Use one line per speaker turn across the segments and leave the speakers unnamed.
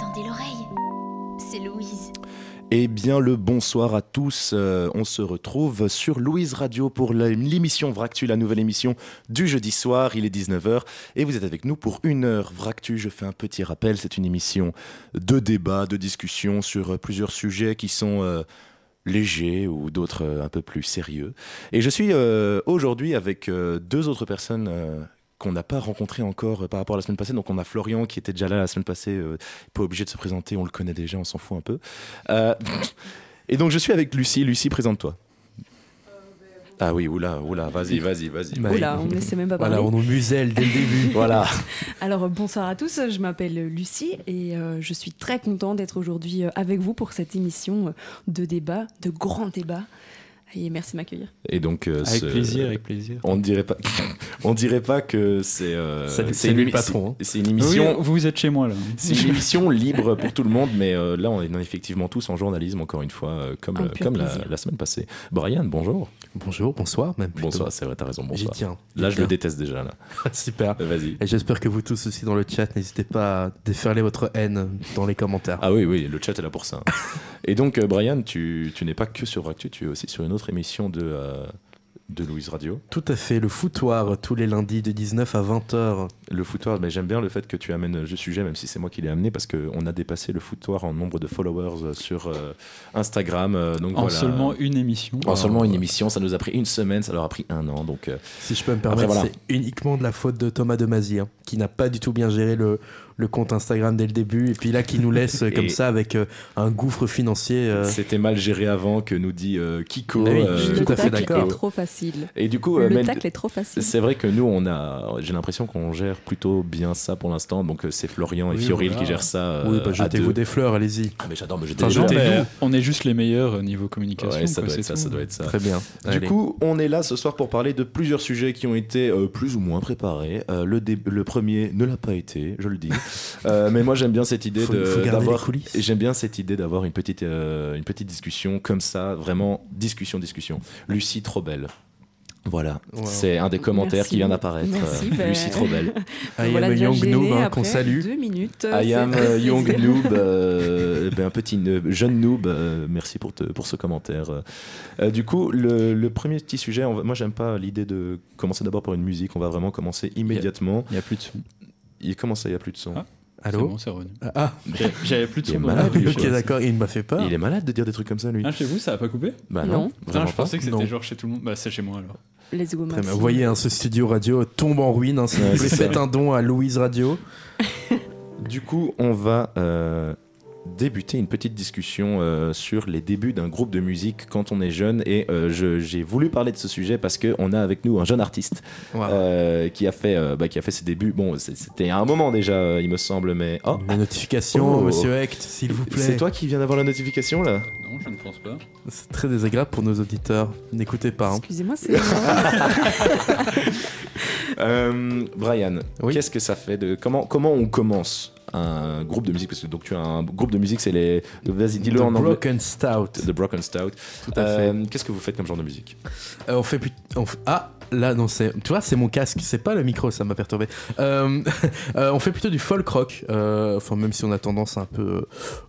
garder l'oreille. C'est Louise.
Eh bien, le bonsoir à tous. Euh, on se retrouve sur Louise Radio pour la- l'émission Vractu, la nouvelle émission du jeudi soir. Il est 19h et vous êtes avec nous pour une heure. Vractu, je fais un petit rappel, c'est une émission de débat, de discussion sur euh, plusieurs sujets qui sont euh, légers ou d'autres euh, un peu plus sérieux. Et je suis euh, aujourd'hui avec euh, deux autres personnes. euh, qu'on n'a pas rencontrées encore euh, par rapport à la semaine passée. Donc on a Florian qui était déjà là la semaine passée, euh, pas obligé de se présenter, on le connaît déjà, on s'en fout un peu. Euh, et donc je suis avec Lucie. Lucie, présente-toi. Ah oui, oula, oula, vas-y, vas-y, vas-y.
Bah oui.
Oula, on ne sait même pas parler.
Voilà, on nous muselle dès le début.
Voilà.
Alors bonsoir à tous, je m'appelle Lucie et euh, je suis très contente d'être aujourd'hui euh, avec vous pour cette émission euh, de débat, de grand débat. Et merci de m'accueillir.
Et donc euh,
Avec
ce-
plaisir, avec plaisir.
On dirait pas, on dirait pas que c'est. euh,
Salut-
c'est
salut
une
le
émi-
patron, hein.
c'est- C'est une émission.
Oui, vous êtes chez moi là.
C'est une émission libre pour tout le monde, mais euh, là, on est effectivement tous en journalisme, encore une fois, euh, comme,
Un
euh,
pur
comme la,
plaisir.
la semaine passée. Brian, bonjour.
Bonjour, bonsoir, même plutôt.
Bonsoir, c'est vrai, t'as raison,
J'y
bonsoir.
tiens.
Là,
J'y
je le
tiens.
déteste déjà, là.
Super.
Euh, Vas-y.
Et j'espère que vous tous aussi dans le chat, n'hésitez pas à déferler votre haine dans les commentaires.
Ah oui, oui, le chat est là pour ça. Et donc, euh, Brian, tu, tu n'es pas que sur Actu, tu es aussi sur une autre émission de, euh, de Louise Radio.
Tout à fait, le foutoir tous les lundis de 19 à 20h.
Le foutoir, mais j'aime bien le fait que tu amènes le sujet, même si c'est moi qui l'ai amené, parce qu'on a dépassé le foutoir en nombre de followers euh, sur euh, Instagram. euh, donc
En
voilà.
seulement une émission.
En seulement une émission, ça nous a pris une semaine, ça leur a pris un an. Donc, euh,
Si je peux me permettre,
voilà.
c'est uniquement de la faute de Thomas Demasi, hein, qui n'a pas du tout bien géré le, le compte Instagram dès le début, et puis là qui nous laisse euh, comme
Et-
ça avec euh, un gouffre financier. euh,
c'était mal géré avant que nous dit euh, Kiko.
Ah oui,
euh,
je suis
le
tout à fait
tacle
d'accord.
est trop facile.
Et du coup, euh,
le
Mel-
tacle est trop facile.
C'est vrai que nous, on a, j'ai l'impression qu'on gère plutôt bien ça pour l'instant. Donc euh, c'est Florian et
Oui,
Fioril
voilà.
qui gèrent ça. euh,
oui,
à
bah, jetez-vous
deux.
des fleurs, allez-y.
Ah mais j'adore, mais j'étais
Enfin,
déjà-
non,
Jetez-nous.
mais on est juste les meilleurs euh, niveau
Ouais,
communication.
ça
quoi,
doit
c'est
être ça,
tout.
ça doit être ça.
Très bien.
Du coup, on est là ce soir pour parler de plusieurs sujets qui ont été euh, plus ou moins préparés. Euh, le, dé- le premier ne l'a pas été, je le dis. Euh, mais moi, j'aime bien cette idée
Faut-
de-
faut garder les
d'avoir.
coulisses.
J'aime bien cette idée d'avoir une petite euh, une petite discussion comme ça, vraiment discussion discussion. Lucie trop belle. Voilà,
Wow.
c'est un des commentaires
Merci.
qui vient d'apparaître.
Merci,
Euh,
ben.
Lucie trop belle.
I
Voilà
am Ah, a
déjà
young
gêné
gnome, hein, qu'on
après
salue.
Deux minutes.
I
c'est
am
un
euh, young
plaisir.
noob, euh, ben, un petit noob- jeune noob. euh, merci pour, te- pour ce commentaire. euh. Euh, du coup, le, le premier petit sujet, on va- moi j'aime pas l'idée de commencer d'abord par une musique. On va vraiment commencer immédiatement.
Il n'y a plus de son.
Il commence, il y a plus de son.
Ah. C'est
Allô
bon, c'est revenu.
Ah,
J'ai- J'avais plus de
Il
son.
est
dans la
malade,
rue,
le
je
ok,
vois.
d'accord, il m'a fait peur.
Il est malade de dire des trucs comme ça lui.
Hein, chez vous, ça a pas coupé
Bah
Non.
vraiment
Putain, Je pensais que
Non.
c'était genre chez tout le monde. Bah, c'est chez moi alors.
Let's
Très
go,
bien.
Maxime.
Vous voyez, hein, ce studio radio tombe en ruine. Hein, s'il vous
Ouais,
plaît,
c'est
faites un don à Louise Radio.
pas. Du coup, on va euh, débuter une petite discussion euh, sur les débuts d'un groupe de musique quand on est jeune. Et euh, je- j'ai voulu parler de ce sujet parce qu'on a avec nous un jeune artiste.
Ah.
Euh, qui a fait euh, bah, qui a fait ses débuts. Bon, c'est- c'était à un moment déjà, euh, il me semble, mais oh,
Les notifications,
Oh.
monsieur Hecht, s'il vous plaît.
c'est toi qui viens d'avoir la notification là.
Non, je ne pense pas.
C'est très désagréable pour nos auditeurs. N'écoutez pas. hein.
Excusez-moi, c'est.
Euh, Brian,
Oui.
qu'est-ce que ça fait de comment comment on commence un groupe de musique parce que donc tu as un groupe de musique, c'est les vas-y dis-le
The
en anglais.
Broken Stout.
The Broken Stout.
Tout à fait.
Euh, Qu'est-ce que vous faites comme genre de musique
Euh, on fait plus. on f- Ah là non c'est tu vois c'est mon casque c'est pas le micro ça m'a perturbé Euh, euh, on fait plutôt du folk rock euh, enfin même si on a tendance à un peu euh,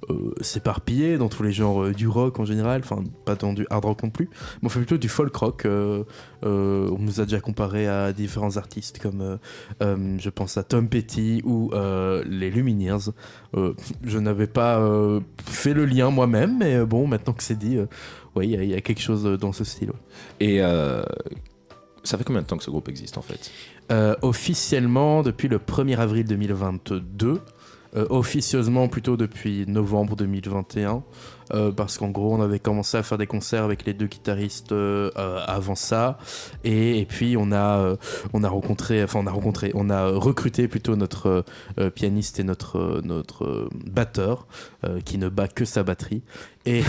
euh, s'éparpiller dans tous les genres euh, du rock en général enfin pas dans du hard rock non plus mais on fait plutôt du folk rock euh, euh, on nous a déjà comparé à différents artistes comme euh, euh, je pense à Tom Petty ou euh, les Lumineers Euh, je n'avais pas euh, fait le lien moi-même mais euh, bon maintenant que c'est dit euh, oui il y a- il y, a quelque chose euh, dans ce style ouais.
Et euh, ça fait combien de temps que ce groupe existe en fait
Euh, officiellement depuis le 1er avril 2022. euh, officieusement plutôt depuis novembre 2021 euh, parce qu'en gros on avait commencé à faire des concerts avec les deux guitaristes euh, euh, avant ça et, et puis on a euh, on a rencontré enfin on a rencontré on a euh, recruté plutôt notre euh, euh, pianiste et notre euh, notre euh, batteur euh, qui ne bat que sa batterie Et,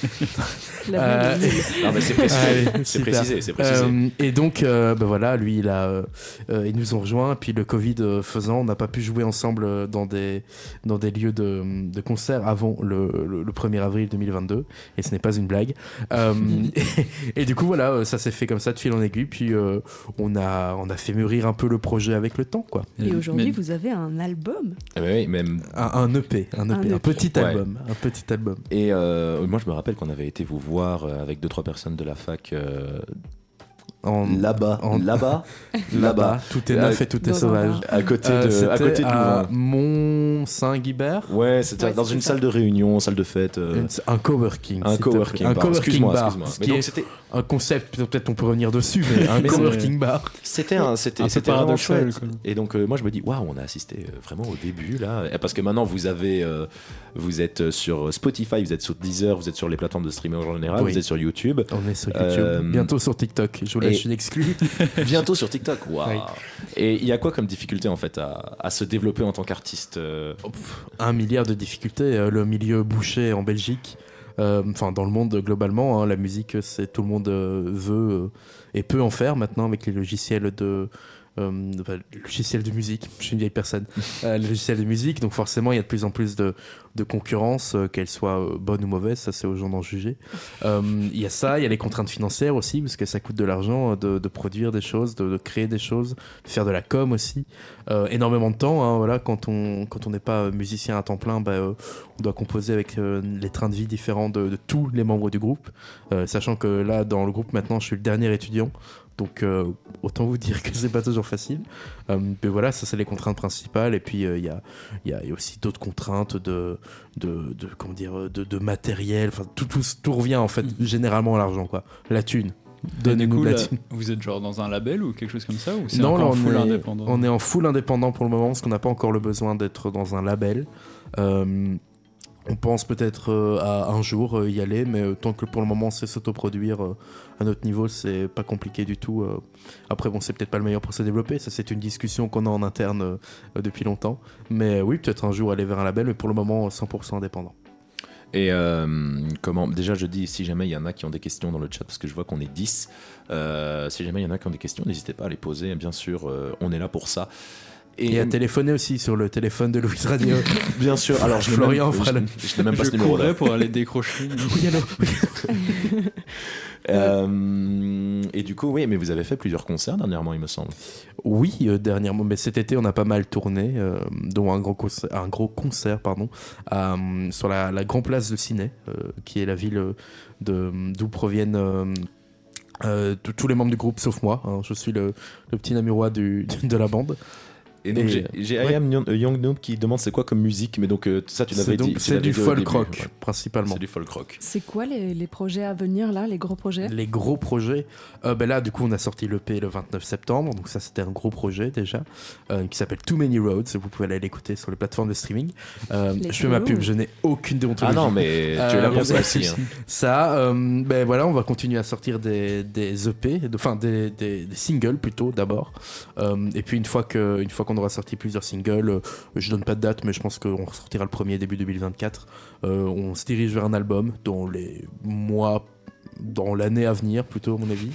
La
Euh,
bonne idée.
Non, mais c'est précisé.
Ah oui,
c'est
super.
précisé, c'est précisé.
euh, et donc, euh, bah voilà, lui, il, a, euh, euh, ils nous ont rejoints. Puis le Covid euh, faisant, on n'a pas pu jouer ensemble euh, dans des, dans des lieux de, de concert avant le, le- le 1er avril 2022. Et ce n'est pas une blague. Euh, et, et du coup, voilà, euh, ça s'est fait comme ça de fil en aiguille. Puis euh, on, a, on a fait mûrir un peu le projet avec le temps, quoi.
Et aujourd'hui,
Mais-
vous avez un album.
Ah bah oui, même
Un, un EP, un EP, un,
EP.
petit
E Ouais.
album, un petit album.
Et euh, moi, je me rappelle qu'on avait été vous voir euh, avec deux trois personnes de la fac euh,
En,
là-bas,
en-
là-bas, là-bas,
tout est
Là-
neuf et tout est
Dans un
sauvage.
bar.
à côté de,
Euh, c'était
à côté de
à
Louvain.
Mont Saint-Guibert.
Ouais, c'était
Ouais,
dans
c'était
une
ça.
salle de réunion, salle de fête. euh,
Une- Un coworking.
Un
s'il te plaît.
coworking
Un
bar,
coworking
excuse-moi,
bar.
excuse-moi.
ce
Mais
qui
donc
est
c'était
un concept, peut-être- peut-être on peut revenir dessus, mais un
Mais c'est-
coworking bar.
c'était un c'était
Un peu
c'était vraiment
paradoxal,
chouette.
quoi.
Et donc euh, moi je me dis waouh, on a assisté euh, vraiment au début là Et parce que maintenant vous avez euh, vous êtes sur euh, Spotify, vous êtes sur Deezer, vous êtes sur les plateformes de streaming en général,
Oui.
vous êtes sur YouTube,
On est sur YouTube.
Euh,
Bientôt sur TikTok. Je vous
et-
lâche une exclue.
bientôt sur TikTok. Waouh.
Oui.
Et il y a quoi comme difficulté en fait à, à se développer en tant qu'artiste euh,
Un milliard de difficultés. euh, Le milieu bouché en Belgique. euh, Enfin, dans le monde euh, globalement, hein, la musique, euh, c'est tout le monde euh, veut euh, et peut en faire maintenant avec les logiciels de euh, enfin, les logiciels de musique. Je suis une vieille personne. Euh, les logiciels de musique, donc forcément, il y a de plus en plus de, de concurrence, euh, qu'elle soit euh, bonne ou mauvaise, ça c'est aux gens d'en juger. Euh, Il y a ça, il y a les contraintes financières aussi, parce que ça coûte de l'argent euh, de, de produire des choses, de, de créer des choses, de faire de la com aussi. Euh, énormément de temps, hein, voilà, quand on quand on n'est pas euh, musicien à temps plein, bah, euh, on doit composer avec euh, les trains de vie différents de, de tous les membres du groupe, Euh, sachant que là, dans le groupe maintenant, je suis le dernier étudiant. Donc euh, autant vous dire que c'est pas toujours facile. Euh, mais voilà, ça c'est les contraintes principales. Et puis euh, il y a- il y, a, il y a aussi d'autres contraintes de, de, de- comment dire de, de matériel enfin tout, tout tout revient en fait généralement à l'argent quoi la thune
Mm-hmm. Du
donnez-nous
coup,
de la
là,
thune
vous êtes genre dans un label ou quelque chose comme ça ou c'est
Non, là,
encore
on
full
est-
indépendant
on est en full indépendant pour le moment parce qu'on n'a pas encore le besoin d'être dans un label Euh, on pense peut-être euh, à un jour euh, y aller mais euh, tant que pour le moment c'est s'autoproduire euh, à notre niveau c'est pas compliqué du tout euh. après bon c'est peut-être pas le meilleur pour se développer ça c'est une discussion qu'on a en interne euh, depuis longtemps mais euh, oui peut-être un jour aller vers un label mais pour le moment 100% indépendant
Et euh, comment Déjà, je dis, si jamais il y en a qui ont des questions dans le chat, parce que je vois qu'on est 10, euh, si jamais il y en a qui ont des questions, n'hésitez pas à les poser. Bien sûr, euh, on est là pour ça.
Et à téléphoner aussi sur le téléphone de Louise Radio.
bien sûr, alors je n'ai
Florian
même-
fera le-
je- je n'ai même pas
je
ce numéro là.
courrais pour aller décrocher.
Oui, allô
Euh, et du coup, oui, mais vous avez fait plusieurs concerts dernièrement, il me semble.
Oui, euh, dernièrement, mais cet été on a pas mal tourné, euh, dont un, grand concert, un gros concert pardon, à, euh, sur la, la Grand Place de Ciné, euh, qui est la ville euh, de- d'où proviennent euh, euh, tous- tous les membres du groupe sauf moi. hein. je suis le, le petit namurois du, de la bande.
Et donc,
Et-
j'ai- j'ai
ouais.
I am Young- Young Noob qui demande c'est quoi comme musique, mais donc euh, ça, tu l'avais
C'est donc-
dit. tu
c'est
l'avais
du
dit au
folk
début,
rock
ouais.
principalement.
C'est du folk rock.
C'est quoi les, les projets à venir là, les gros projets
Les gros projets. Euh, ben là, du coup, on a sorti l'EP le 29 septembre. Donc, ça, c'était un gros projet déjà. euh, qui s'appelle Too Many Roads. Vous pouvez aller l'écouter sur les plateformes de streaming. Euh,
Les
je fais ma
gros.
pub. Je n'ai aucune
Ah
déontologie.
non, mais tu es là
Euh,
pour
ouais,
ça aussi.
si,
hein.
Ça, euh, ben voilà, on va continuer à sortir des, des EP, de- enfin des, des- des singles plutôt d'abord. Euh, et puis une fois que- une fois qu'on aura sorti plusieurs singles, euh, je donne pas de date, mais je pense qu'on sortira le premier début 2024. Euh, on se dirige vers un album dans les mois, dans l'année à venir plutôt à mon avis.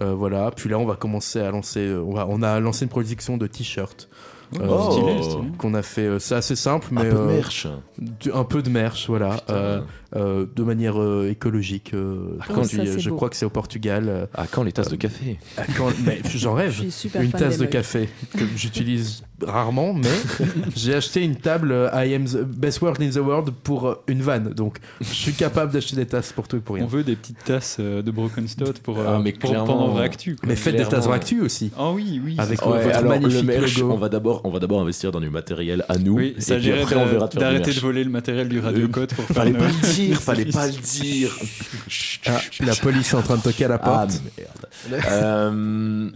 Euh, voilà, puis là on va commencer à lancer, euh, on, va- on a lancé une production de t-shirts euh,
Oh. Ah,
Stylé, stylé.
qu'on a fait, euh, c'est assez simple, mais
Un peu de
euh,
merch.
du- un peu de merch, voilà.
Putain.
Euh, euh, de manière euh, écologique. euh,
Oh,
quand
ça,
il-
c'est
je
beau.
crois que c'est au Portugal. euh,
À quand les tasses de café
à Ah, quand- mais j'en
Je
rêve.
suis super
Une
fan
tasse
des
de
mugs.
café que j'utilise rarement, mais j'ai acheté une table euh, I am the best world in the world pour euh, une vanne. Donc je suis capable d'acheter des tasses pour tout et pour rien.
On veut des petites tasses euh, de Broken Stout pour, euh,
Ah, mais
pour
clairement.
pendant Vractu. quoi.
Mais faites des
Clairement.
tasses Bractu aussi.
Ah oui, oui.
Avec
c'est
Ouais,
ça.
votre magnifique
le merch,
logo.
on va d'abord, on va d'abord investir dans du matériel à nous.
Oui, ça
et puis
gérait
après, on verra de
de-
faire du
d'arrêter de
merch. Euh,
voler le matériel du Radio Code pour faire
Fallait
une-
pas le dire, fallait pas le dire.
Ah, la police est en train de toquer à la
Ah
porte.
merde. Euh,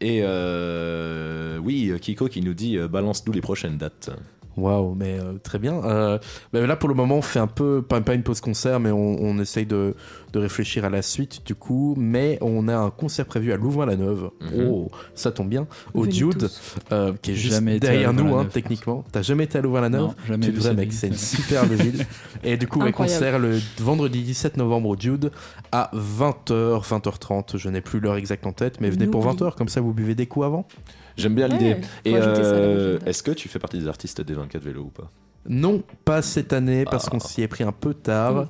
et euh, oui, Kiko qui nous dit euh, balance nous les prochaines dates.
Waouh, mais euh, très bien. Euh, bah, là, pour le moment, on fait un peu, pas, pas une pause concert, mais on, on essaye de, de réfléchir à la suite, du coup. Mais on a un concert prévu à Louvain-la-Neuve.
Mhm.
Oh, ça tombe bien. Au
Venez
Dude,
tous.
euh, qui est juste
Jamais été à
derrière nous, hein,
Louvain-la-Neuve.
techniquement. T'as jamais été à Louvain-la-Neuve
Non, jamais
Tu
de
devrais,
cette
mec,
vie.
c'est une superbe ville. Et du coup, les
Incroyable.
concerts le vendredi 17 novembre au Dude à 20h, 20h30. Je n'ai plus l'heure exacte en tête, mais venez pour
N'oublie.
20h, comme ça vous buvez des coups avant.
J'aime bien
Ouais,
l'idée.
faut
Et
ajouter ça à la
euh,
prochaine.
est-ce que tu fais partie des artistes des 24 vélos ou pas
Non, pas cette année parce
Ah.
qu'on s'y est pris un peu tard,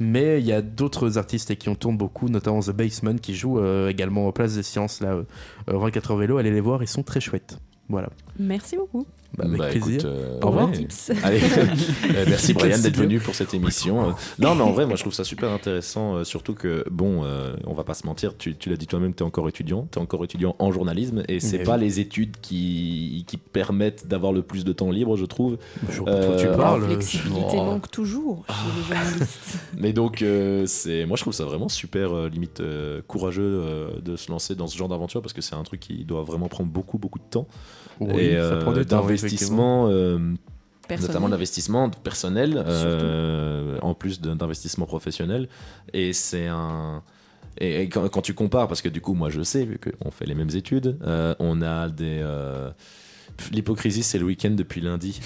mais il y a d'autres artistes et qui en tournent beaucoup, notamment The Basement qui joue euh, également Place des Sciences, là, euh, euh, 24 heures vélo, allez les voir, ils sont très chouettes. Voilà,
Merci beaucoup
Bah, avec
Bah, écoute,
plaisir.
euh,
Au revoir.
ouais.
Tips.
Allez, euh, merci Brian d'être
studio.
venu pour cette émission. Euh, Non, mais en vrai, moi je trouve ça super intéressant, euh, surtout que, bon, euh, on va pas se mentir, tu, tu l'as dit toi-même, tu es encore étudiant, tu es encore étudiant en journalisme, et c'est
Mais
pas les études qui, qui permettent d'avoir le plus de temps libre, je trouve.
Bah, Je vois pas de quoi tu
euh,
parles.
La flexibilité
je- oh.
manque toujours chez les journalistes.
Mais donc, euh, c'est, moi je trouve ça vraiment super, euh, limite euh, courageux euh, de se lancer dans ce genre d'aventure, parce que c'est un truc qui doit vraiment prendre beaucoup, beaucoup de temps.
Oui,
et
ça
euh,
prend du temps,
d'investissement.
effectivement.
euh, notamment
Personne.
l'investissement personnel, euh, en plus de- d'investissement professionnel. Et c'est un. Et, et quand, quand tu compares, parce que du coup, moi je sais, vu qu'on fait les mêmes études, euh, on a des. euh, pff, L'hypocrisie, c'est le week-end depuis lundi.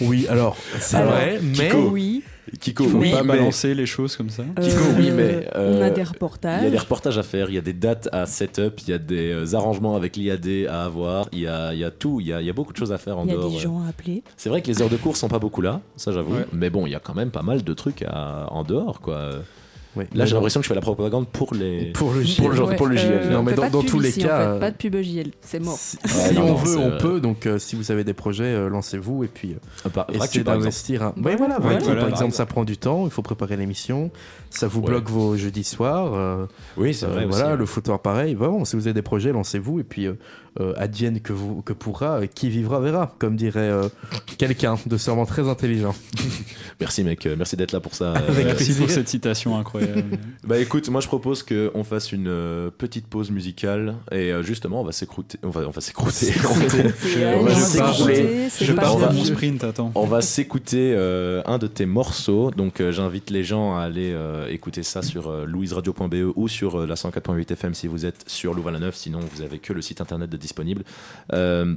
Oui, alors, c'est
Alors,
vrai, mais.
Kiko,
Oui,
Kiko,
Il faut
oui,
pas
mais
balancer les choses comme ça.
Kiko, oui, mais,
on
euh,
a des
il y a
reportages.
des reportages à faire, il y a des dates à set-up, il y a des euh, arrangements avec l'IAD à avoir, il y a, il y a tout, il y a, il y a beaucoup de choses à faire en
Il y a
dehors.
des
euh,
gens à appeler.
C'est vrai que les heures de cours sont pas beaucoup là, ça j'avoue.
Ouais.
Mais bon, il y a quand même pas mal de trucs à- en dehors, quoi.
Ouais,
Là,
mais
j'ai
non.
l'impression que je fais la propagande pour les.
Pour le
Pour le- pour le JL.
Non,
on
mais
fait
dans-
euh, pas de
dans
pub
tous les
ici, en
cas,
fait.
euh,
Pas de pub JL, c'est mort.
Si,
Ouais,
si
non,
on
non,
veut,
c'est,
on
euh,
peut. Donc, euh, si vous avez des projets, euh, lancez-vous et puis euh,
Ah, par- Vractu,
essayez
par exemple.
d'investir. Un... Ouais, voilà,
Voilà.
Vractu,
Voilà,
par
par
exemple, ça prend du temps. Il faut préparer l'émission. Ça vous
Ouais.
bloque vos jeudis soirs. euh,
Oui, c'est
euh,
vrai.
voilà,
aussi. hein.
le foutoir pareil. Vraiment, si vous avez des projets, lancez-vous et puis euh, euh, advienne que vous que pourra, euh, qui vivra verra, comme dirait euh, quelqu'un de sûrement très intelligent.
Merci, mec. euh, Merci d'être là pour ça.
Avec
Euh,
Merci
plaisir.
pour cette citation incroyable.
Bah écoute, moi je propose qu'on fasse une euh, petite pause musicale et euh, justement on va s'écrouter. On va, on va s'écrouter.
on
va
je
juste
s'écrouler.
C'est
Je
pas
pars
grave.
faire mon
fini.
sprint, attends.
on va s'écouter euh, un de tes morceaux. Donc euh, j'invite les gens à aller euh, écouter ça sur euh, louiseradio.be ou sur euh, la 104.8 FM si vous êtes sur Louvain-la-Neuve. Sinon vous avez que le site internet de disponible. Euh,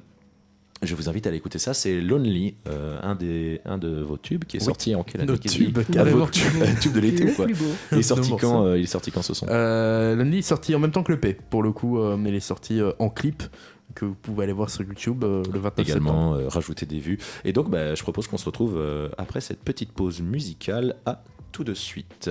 je vous invite à aller écouter ça. C'est Lonely, euh, un, des, un de vos tubes qui est
Oui.
sorti en quelle année
Nos
qu'est-ce
tubes,
qu'il-
carrément.
Ah, vos tubes, euh, tubes de l'été
Le
quoi.
plus beau.
Il est sorti
Nos
quand
morceaux.
euh, Il est sorti quand ce son
Euh, Lonely est sorti en même temps que le P, pour le coup, euh, mais il est sorti euh, en clip que vous pouvez aller voir sur YouTube euh, le 29 septembre.
également euh, rajouter des vues. Et donc, bah, je propose qu'on se retrouve euh, après cette petite pause musicale. À tout de suite.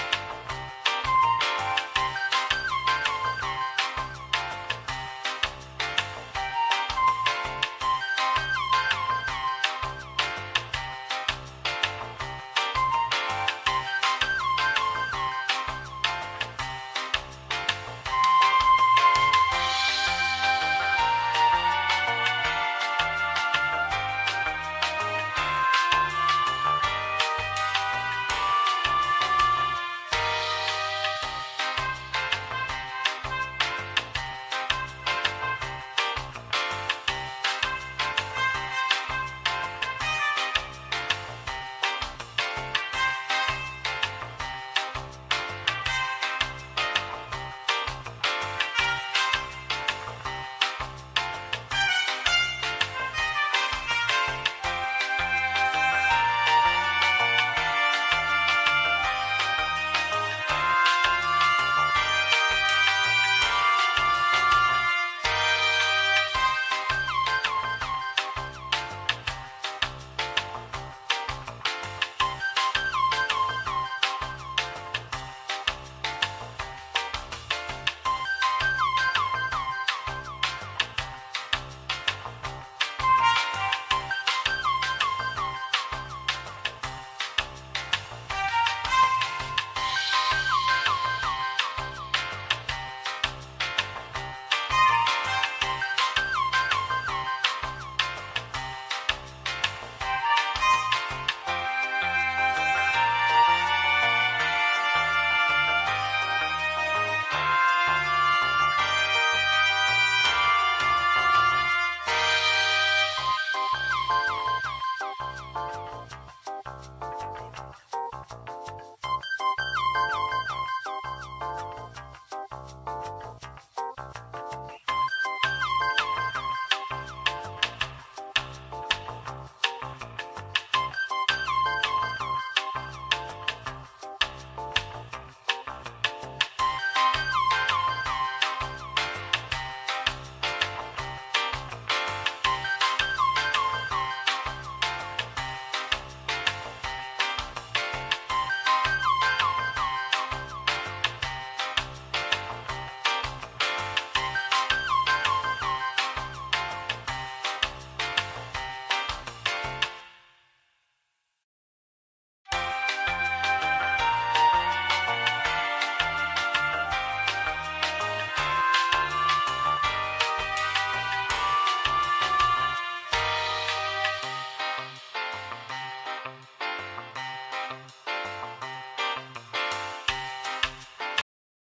Lonely,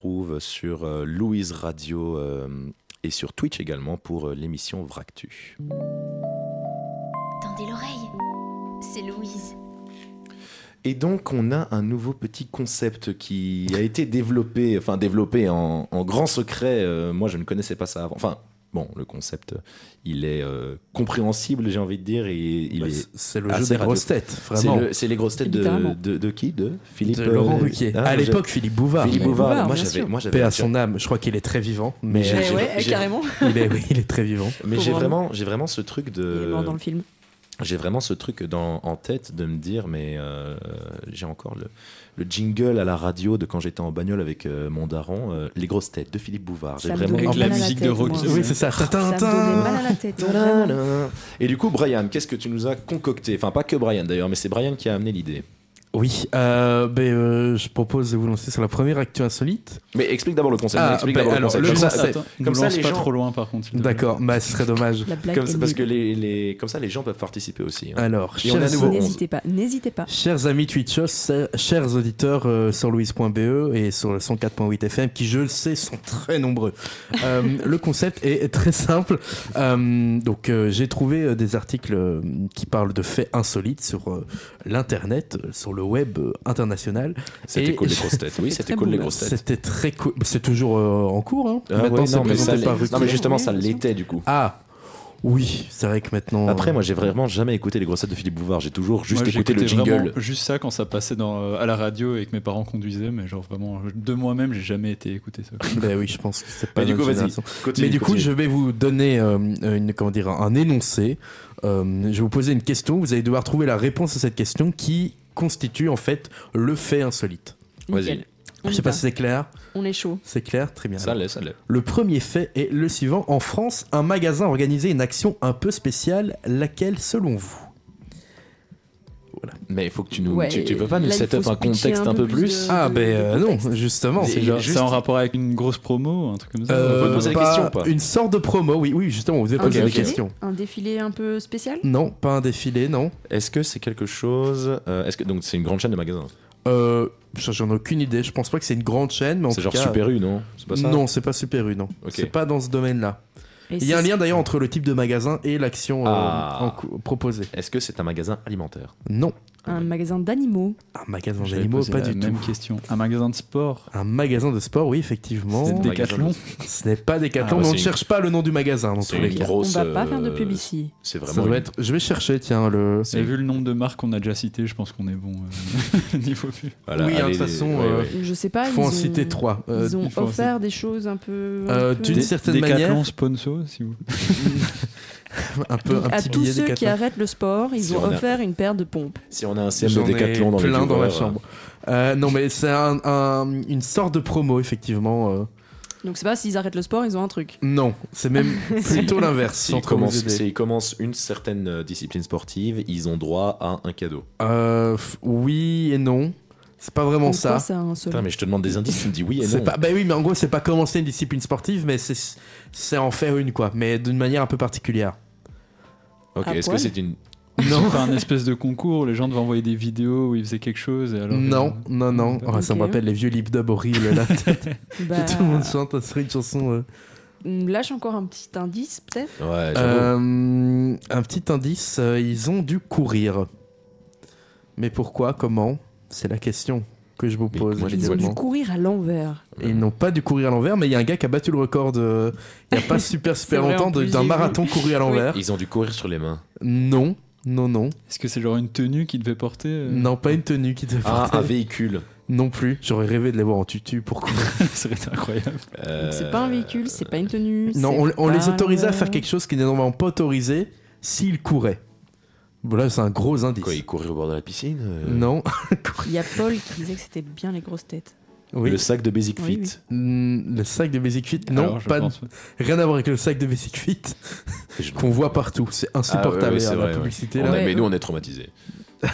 retrouve sur euh, Louise Radio euh, et sur Twitch également pour euh, l'émission Vractu.
Tendez l'oreille. C'est Louise.
Et donc, on a un nouveau petit concept qui a été développé, enfin développé en, en grand secret. Euh, moi, je ne connaissais pas ça avant. Enfin, bon, le concept, il est euh, compréhensible, j'ai envie de dire. Et, il
Bah,
est-
c'est- C'est le
assez
jeu des
radio-
grosses têtes,
c'est,
vraiment.
le- c'est les grosses têtes de,
Littéralement.
de, de qui De Philippe
De
euh,
Laurent Ruquier.
ah,
à
j'ai-
l'époque, Philippe Bouvard.
Philippe
mais-
Bouvard.
Bouvard,
Moi,
bien
j'avais,
sûr.
moi, j'avais
Paix à son âme. Je crois qu'il est très vivant, mais
j'ai-
Eh
j'ai-
ouais,
j'ai-
carrément.
il est, oui, il est très vivant.
Mais
Pauvre
j'ai
homme.
vraiment, j'ai vraiment ce truc
Il est
de.
mort dans le film.
J'ai vraiment ce truc dans, en tête de me dire, mais euh, j'ai encore le, le jingle à la radio de quand j'étais en bagnole avec euh, mon daron, euh, Les grosses têtes de Philippe Bouvard. J'ai
Ça me
vraiment
donnait
Avec
mal
la
à
musique de
tête,
Rocky.
moi.
Oui, c'est ça.
Ça me donnait mal à la tête. vraiment.
Et du coup, Brian, qu'est-ce que tu nous as concocté Enfin, pas que Brian d'ailleurs, mais c'est Brian qui a amené l'idée.
Oui, euh, ben, euh, je propose de vous lancer sur la première actu insolite.
Mais explique d'abord le concept.
Ah,
explique
bah,
d'abord
alors,
le
le
concept. Comme ça-
concept-
Attends,
comme
nous
ça,
lance
les
pas
gens-
trop loin par contre. s'il te plaît.
D'accord, bah, ce serait dommage.
La blague
comme
est
ça- parce
nulle.
que les, les- comme ça, les gens peuvent participer aussi. hein.
Alors,
Et on a
chers-
à nouveau
N'hésitez pas, n'hésitez pas.
Chers amis Twitchos, chers auditeurs euh, sur louise.be et sur le 104.8 FM, qui je le sais sont très nombreux. Euh, le concept est très simple. Euh, donc euh, j'ai trouvé euh, des articles euh, qui parlent de faits insolites sur euh, l'internet, euh, sur le web euh, international.
C'était
Et-
cool les grosses têtes. Oui,
C'est
c'était
très
cool les
beau.
grosses têtes.
C'était très cool. C'est toujours euh, en cours. Hein
Ah
Maintenant,
ouais,
c'est
non, mais ça
présenté
l'est-
par
non,
Ruquier.
mais justement,
Oui,
ça
bien sûr.
l'était du coup.
Ah oui, c'est vrai que maintenant.
Après, moi, j'ai vraiment jamais écouté les grossettes de Philippe Bouvard. J'ai toujours juste
Moi,
écouté le
j'écoutais
jingle.
vraiment Juste ça quand ça passait dans, euh, à la radio et que mes parents conduisaient, mais genre vraiment de moi-même, j'ai jamais été écouter ça.
Ben oui, je pense que c'est pas.
Mais du
notre
coup, vas-y.
génération.
continue,
Mais du coup,
continue.
je vais vous donner euh, une, comment dire, un énoncé. Euh, je vais vous poser une question. Vous allez devoir trouver la réponse à cette question qui constitue en fait le fait insolite.
Vas-y.
On,
je
y
sais pas
va.
si c'est clair.
On est chaud.
C'est clair Très bien.
Ça l'est, ça l'est.
Le premier fait est le suivant. En France, un magasin a organisé une action un peu spéciale. Laquelle selon vous
Mais il faut que tu nous.
Ouais,
tu, tu peux pas nous
là, il
set
faut
up
se
un
pitcher
contexte un peu plus
de-
Ah
de-
ben euh,
de
non,
contexte.
justement,
Mais
c'est
C'est
genre...
genre- c'est en rapport avec une grosse promo, un truc comme ça
peut
Euh,
poser des
pas-
questions ou pas
Une sorte de promo, oui, oui, justement, on vous a
Un
posé des
défilé
questions.
Un défilé un peu spécial
Non, pas un défilé, non.
Est-ce que c'est quelque chose. euh, est-ce que, donc, c'est une grande chaîne de magasins.
Euh, ça, J'en ai aucune idée. Je pense pas que c'est une grande chaîne, mais en
C'est
tout
genre
cas-
Super U, non C'est pas ça
Non, c'est pas Super U, non.
Ok.
C'est pas dans ce domaine-là.
Et
Il y a un
c'est-
lien d'ailleurs entre le type de magasin et l'action euh,
Ah.
en cou- proposée.
Est-ce que c'est un magasin alimentaire
Non,
Un magasin d'animaux.
un magasin
J'avais
d'animaux,
posé
pas
la
du tout.
même question. Un magasin de sport
Un magasin de sport, oui, effectivement.
C'est
des-
Décathlon
Ce n'est pas Decathlon,
Ah, bah,
mais on
c'est
ne
une-
cherche pas le nom du magasin dans tous
C'est
les
une
cas.
On
grosse.
va pas faire de
euh,
pub ici.
C'est
Ça
vraiment.
doit
une-
être... Je vais chercher, tiens, le.
Et vu le nombre de marques qu'on a déjà citées, je pense qu'on est bon euh, niveau pub.
Voilà,
Oui, hein, de
allez,
toute façon,
ouais,
euh,
ouais.
Je sais pas.
Faut
Ah, ils
en
ont-
citer trois. Euh,
Ils ont
il faut en
offert des choses un peu. un
Euh,
peu-
d'une certaine
Décathlon
manière-
sponsor, si vous
un peu un
à
petit
tous
billet
ceux qui
Decathlon.
arrêtent le sport, ils
Si
ont
on a-
offert une paire de pompes.
Si on a un CM de
J'en ai
Décathlon dans les
plein dans la
viewers, euh,
chambre. Euh, non, mais c'est un- un- une sorte de promo, effectivement. euh.
Donc c'est pas s'ils arrêtent le sport, ils ont un truc.
Non, c'est même plutôt l'inverse. sans
euh, S'ils
trop vous
commencent,
aider.
s'ils commencent une certaine euh, discipline sportive, ils ont droit à un cadeau.
Euh, f- oui et non. C'est pas vraiment
En quoi
ça.
ça a un seul.
Putain, mais je te demande des indices, tu me dis oui et
C'est
non.
pas, bah oui, mais en gros, c'est pas commencer une discipline sportive, mais c'est c'est en faire une, quoi. Mais d'une manière un peu particulière.
Ok,
À
est-ce que
poil
c'est une.
Non. un espèce de concours, les gens devaient envoyer des vidéos où ils faisaient quelque chose. Et alors, euh,
non, non, non. Oh, Ça me
Ok.
rappelle les vieux lip dub horribles, là. que
Bah,
Tout le monde chante sur une chanson. euh.
Lâche encore un petit indice, peut-être
Ouais, j'avoue.
Euh, un petit indice, euh, ils ont dû courir. Mais pourquoi, comment C'est la question que je vous
Mais
pose.
moi, je
Ils ont dû
évidemment.
courir à l'envers.
Ils n'ont pas dû courir à l'envers, mais il y a un gars qui a battu le record de- il n'y a pas super super
vrai, en
longtemps de-
plus,
d'un
j'ai vu.
marathon couru à l'envers.
Ils ont dû courir sur les mains.
Non, non, non.
Est-ce que c'est genre une tenue qu'ils devaient porter euh
Non, pas une tenue qui te
Ah,
portait.
un véhicule.
Non plus. J'aurais rêvé de les voir en tutu pour courir.
Ça aurait été incroyable.
Euh,
Donc C'est pas un véhicule, c'est pas une tenue.
Non,
c'est
on, on les
pas
autorisait à
l'envers.
faire quelque chose qui n'est normalement pas autorisé s'ils couraient. Voilà, c'est un gros indice.
Quoi, ils couraient au bord de la piscine euh,
Non.
Il y a Paul qui disait que c'était bien les grosses têtes.
Oui.
Le sac de Basic
Oui,
Fit.
oui.
Mm, Le sac de Basic Fit, non,
Alors, je
pas,
pense-
rien à voir avec le sac de Basic Fit
Je-
qu'on voit partout. C'est insupportable
Ah ouais, ouais,
hein,
c'est
la
vrai, ouais.
publicité
On
là.
a-
Ouais.
Mais nous, on est traumatisés.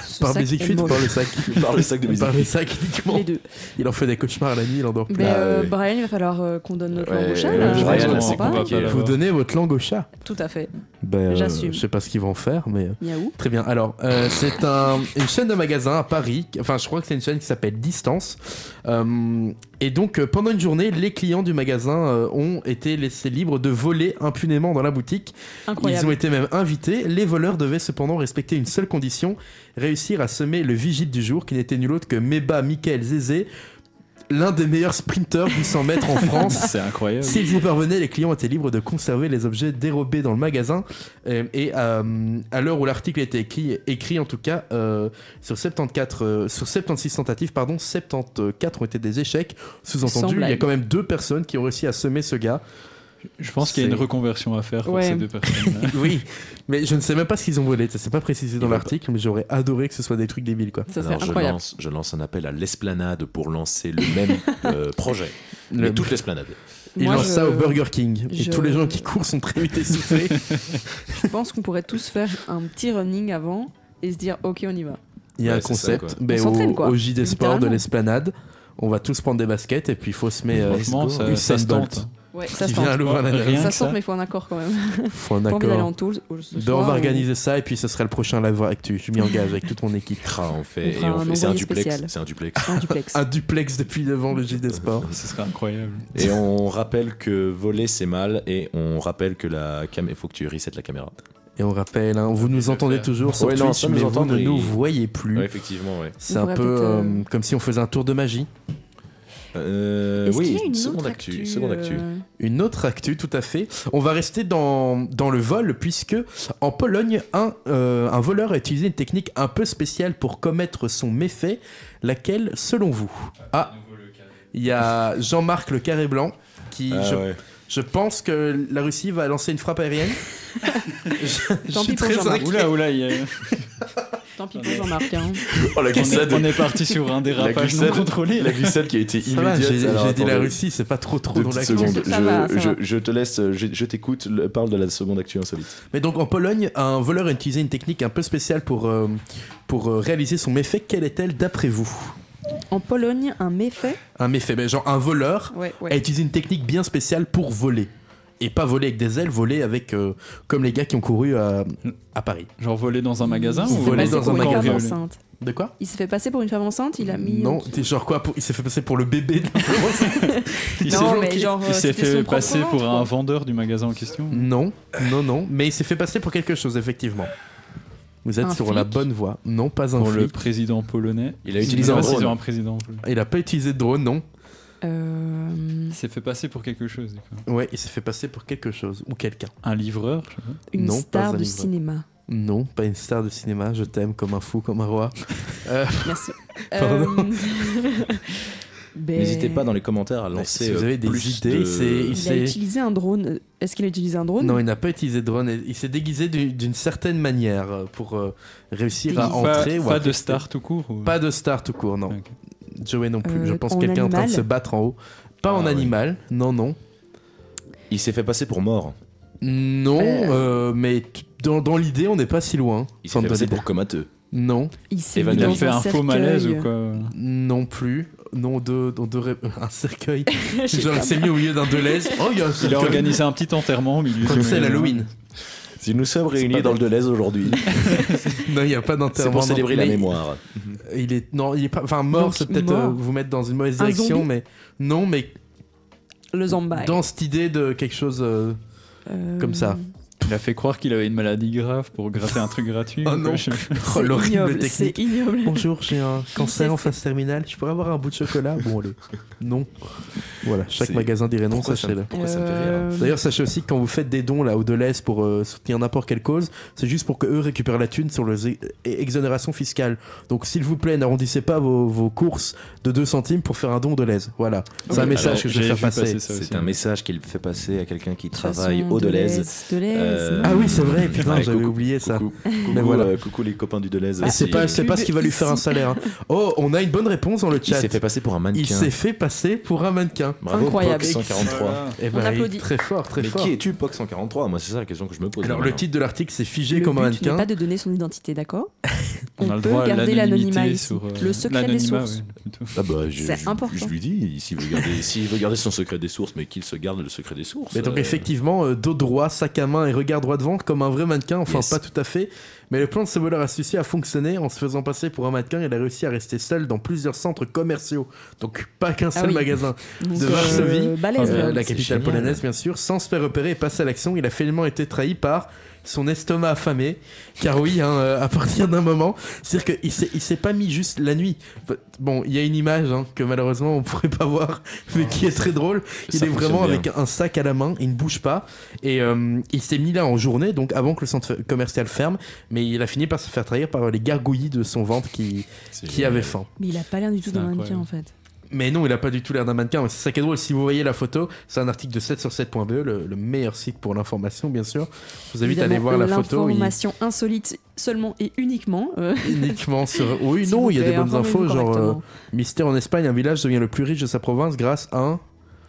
Ce
Par
sac
Basic
est
Fit,
moche.
par le sac.
Par le sac de Basic
Par le
Fit.
sac uniquement.
Les deux.
Il en fait des cauchemars la nuit, il en dort plus.
Mais
Ah,
euh,
ouais.
Brian, il va falloir euh, qu'on donne notre
Ouais,
langue au chat.
ouais,
là,
ouais,
je
Brian,
pense
là,
qu'on
c'est
parle.
compliqué.
là.
Vous donnez votre langue au chat.
Tout à fait.
Ben, euh,
J'assume.
je sais pas ce qu'ils vont en faire, mais. euh,
Miaou.
Très bien. Alors, euh, c'est un, une chaîne de magasins à Paris. Enfin, je crois que c'est une chaîne qui s'appelle Distance. Euh, Et donc, euh, pendant une journée, les clients du magasin euh, ont été laissés libres de voler impunément dans la boutique. Ils ont
Incroyable.
été même invités. Les voleurs devaient cependant respecter une seule condition réussir à semer le vigile du jour, qui n'était nul autre que Meba Michael Zézé, l'un des meilleurs sprinteurs du 100 mètres en France.
C'est incroyable.
S'ils y parvenaient, les clients étaient libres de conserver les objets dérobés dans le magasin. Euh, Et euh, à l'heure où l'article était écrit, écrit en tout cas, euh, sur, 74, euh, sur 76 tentatives, pardon, 74 ont été des échecs.
Sans
Sous-entendu, il y a
blague.
quand même deux personnes qui ont réussi à semer ce gars.
Je pense qu'il y a une
C'est-
reconversion à faire pour
Ouais.
ces deux personnes.
oui, mais je ne sais même pas ce qu'ils ont volé. Ça c'est pas précisé dans
Ils ont
l'article, mais j'aurais adoré que ce soit des trucs débiles, quoi.
Ça serait
Alors je
incroyable.
lance, je lance un appel à l'esplanade pour lancer le même euh, projet. Mais
Le-
toute l'esplanade.
Ils
Moi,
lancent ça au
je-
Burger King. Et
je-
tous les gens qui courent sont très vite essoufflés.
Je pense qu'on pourrait tous faire un petit running avant et se dire ok on y va.
Il y a
Ouais,
un
c'est
concept
ça,
ben,
On s'entraîne,
au,
quoi.
au JD Sport de
Littéralement.
l'esplanade. On va tous prendre des baskets et puis il faut se mettre euh,
Franchement,
let's go.
ça, ça
Usain
se
Bolt.
tente.
Ouais, ça
qui
se
vient à
tente.
Rien
Louvain-la-Neuve.
Ça
que
se
ça.
tente mais il faut un accord quand même.
Faut un
Pas envie d'aller en
accord.
tôle. ce soir,
Ben, on va
ou-
organiser ça et puis ce serait le prochain live actu. Je m'y engage avec toute mon équipe.
Ah, on fait,
On
et
fera
on
un
fait- c'est un
envoyé
duplex.
spécial.
C'est un duplex.
Un euh, duplex.
Un duplex depuis devant le JD Sport.
Ce serait incroyable.
Et on rappelle que voler c'est mal et on rappelle que la caméra. Faut que tu resets la caméra.
Et on rappelle, hein, vous nous
Je vais
entendez
faire.
toujours sur
Ouais, non,
Twitch,
ça, nous
mais vous
entendre,
ne
il-
nous voyez plus.
Ouais, effectivement, ouais.
C'est un
On pourrait
peu
peut-être,
euh,
euh,
comme si on faisait un tour de magie.
Euh,
Est-ce qu'il
oui,
y a une
seconde
autre
actu. seconde
euh,
actu.
Une autre actu, tout à fait. On va rester dans, dans le vol, puisque en Pologne, un, euh, un voleur a utilisé une technique un peu spéciale pour commettre son méfait, laquelle, selon vous Ah, il y a Jean-Marc le Carré Blanc, qui,
Ah,
je,
ouais.
je pense que la Russie va lancer une frappe aérienne. je je
Tant
suis
pis pour
très
Jean-Marc.
inquiet.
Oula, oula, il y a-
Tant pis pour Jean-Marc. hein.
Oh, la
on,
glissade,
est, on est parti sur un dérapage non
glissade.
contrôlé.
la glissade qui a été
Ça va,
immédiate.
J'ai
Alors,
j'ai dit la
attendez.
Russie, c'est pas trop trop
Deux
dans
petites
l'actu.
secondes.
Ça
je,
va, ça
je-
va.
je te laisse, je, je t'écoute, le- parle de la seconde actu hein, insolite.
Mais donc en Pologne, un voleur a utilisé une technique un peu spéciale pour, euh, pour euh, réaliser son méfait. Quelle est-elle d'après vous
En Pologne, un méfait.
Un méfait, ben, genre un voleur
Ouais,
a
ouais.
utilisé une technique bien spéciale pour voler. Et pas voler avec des ailes, voler avec. euh, comme les gars qui ont couru à, à Paris.
Genre voler dans un magasin
Il s'est
ou
fait
voler
voler
passer
dans
pour
un
une
magasin.
femme
camp
enceinte.
De quoi
Il s'est fait passer pour une femme enceinte. Il a mis.
Non,
un-
t'es genre quoi pour- Il s'est fait passer pour le bébé de Il s'est
Non, mais
planqué.
genre. euh,
Il s'est
c'était son
fait
propre
passer
ventre,
pour
quoi.
un vendeur du magasin en question.
Non, non, non. Mais il s'est fait passer pour quelque chose, effectivement. Vous êtes
Un
sur
flic
la bonne voie. Non, pas un
Pour le
flic.
président polonais.
Il a
Je
utilisé
sais
un
pas s'ils
drone.
ont un président. en plus.
Il a pas utilisé de drone, non
Euh,
Il s'est fait passer pour quelque chose. du coup.
Ouais, il s'est fait passer pour quelque chose ou quelqu'un.
Un livreur, je sais pas.
Une
Non, pas un
star du
livre.
cinéma.
Non, pas une star de cinéma. Je t'aime comme un fou, comme un roi.
Merci.
Pardon.
Euh, ben,
N'hésitez pas dans les commentaires à lancer.
lancer, Si vous avez des euh, plus idées, de- c'est-
Il a
c'est-
utilisé un drone. Est-ce qu'il a utilisé un drone
Non, il n'a pas utilisé de drone. Il s'est déguisé d'une d'une certaine manière euh, pour euh, réussir à
Déguisé.
Pas,
entrer. ou à
pas de
rester.
star tout court. ou-
Pas de star tout court, non.
Ok.
Joey non plus.
Euh,
je pense
en
quelqu'un en train de
animal
se battre en haut. Pas
Ah
en
ouais.
animal, non, non.
Il s'est fait passer pour mort.
Non,
Euh.
euh, mais t- dans, dans l'idée, on n'est pas si loin.
Il s'est
sans
fait
te
passer
donner-
pour comateux.
Non,
Il s'est
Evan
mis
Il
dans
a fait un faux
cercueil.
malaise ou quoi
non plus. Non, de, dans deux ré- un cercueil. Genre, il s'est mis au milieu d'un Deleuze. Oh, il y a un
Il a
cercueil.
organisé un petit enterrement au milieu
Comme
du
c'est
magasin.
l'Halloween.
Si nous sommes
pas
réunis dans le Deleuze aujourd'hui,
Non, il n'y a pas
c'est
d'enterrement.
pour
non.
célébrer la
Mais
mémoire.
Il est, non, il est pas. Enfin, mort,
Donc,
c'est peut-être
mort.
euh, vous mettre dans une mauvaise
Un
direction,
zombie.
mais. Non, mais
Le Zambay.
dans cette idée de quelque chose. euh,
Euh,
comme ça.
Il a fait croire qu'il avait une maladie grave pour gratter un truc gratuit.
Oh
quoi,
non.
je sais pas.
Oh,
C'est
l'horrible
ignoble.
technique.
C'est ignoble.
Bonjour, j'ai un cancer en phase terminale. Je pourrais avoir un bout de chocolat Bon, allez. Non. Voilà, chaque
C'est-
magasin dirait non,
Pourquoi ça me-
sachez-le.
pourquoi ça me fait rire hein
Euh,
D'ailleurs, sachez aussi que quand vous faites des dons là au Deleuze pour euh, soutenir n'importe quelle cause, c'est juste pour que eux récupèrent la thune sur les ex- exonérations fiscales. Donc, s'il vous plaît, n'arrondissez pas vos, vos courses de 2 centimes pour faire un don au Deleuze. Voilà, c'est un
Ok.
message
Alors,
que je vais
j'ai
faire
vu
passer.
passer ça aussi.
C'est un message qu'il fait passer à quelqu'un qui
de toute
travaille
façon,
au Deleuze.
Deleuze, Deleuze,
Euh,
non.
Ah oui, c'est vrai, putain,
Ouais,
j'avais
coucou,
oublié ça.
Coucou, coucou,
Mais voilà.
euh, coucou les copains du Deleuze.
Et c'est
Si-
pas, c'est pas ce qui va lui faire un salaire. hein. Oh, on a une bonne réponse dans le
Il
chat.
s'est fait passer pour un
Il
mannequin.
s'est fait passer pour un mannequin.
Bravo,
Incroyable.
POC 143.
Eh
On applaudit.
Très fort, très
Mais
fort.
qui es-tu, POC 143 Moi, c'est ça la question que je me pose.
Alors,
maintenant.
le titre de l'article, c'est Figé
Le
comme un
but n'est
mannequin.
pas de donner son identité, d'accord
On,
On
a le
peut
droit à
garder l'anonymat
l'anonymité
ici.
sur euh,
Le secret des
l'anonymat,
sources.
ouais, plutôt.
Ah bah, je,
C'est
je-
important.
je lui dis, s'il veut, garder, s'il veut garder son secret des sources, mais qu'il se garde le secret des sources.
Mais donc,
euh,
effectivement, euh, dos droit, sac à main et regard droit devant comme un vrai mannequin, enfin
Yes.
pas tout à fait. Mais le plan de ce voleur astucieux a fonctionné en se faisant passer pour un mannequin. Il a réussi à rester seul dans plusieurs centres commerciaux, donc pas qu'un seul
Ah oui.
magasin.
Donc,
De
euh,
Varsovie.
balèze,
Ah,
Euh,
hein.
la
c'est
capitale
génial.
polonaise, bien sûr, sans se faire repérer et passer à l'action, il a finalement été trahi par son estomac affamé. Car oui, hein, euh, à partir d'un moment, c'est-à-dire qu'il s'est, il s'est pas mis juste la nuit. Bon, il y a une image hein, que malheureusement on pourrait pas voir, mais qui est très drôle. Il
Ah, Ça
est vraiment
fonctionne
avec un sac à la main, il ne bouge pas. Et euh, il s'est mis là en journée, donc avant que le centre commercial ferme. Mais il a fini par se faire trahir par les gargouillis de son ventre qui,
C'est
qui
génial.
avait faim.
Mais il a pas l'air du tout
C'est
d'un mannequin
incroyable.
en fait.
Mais non, il a pas du tout l'air d'un mannequin. mais C'est ça qui est drôle. Si vous voyez la photo, c'est un article de 7 sur 7.2, le, le meilleur site pour l'information, bien sûr. Je vous invite à aller
Évidemment,
voir la photo. il-
L'information insolite seulement et uniquement. euh,
uniquement sur. Oui,
s'il
non,
vous
il y a des
plaît,
bonnes infos,
informez-vous
genre euh,
correctement.
mystère en Espagne, un village devient le plus riche de sa province grâce à un,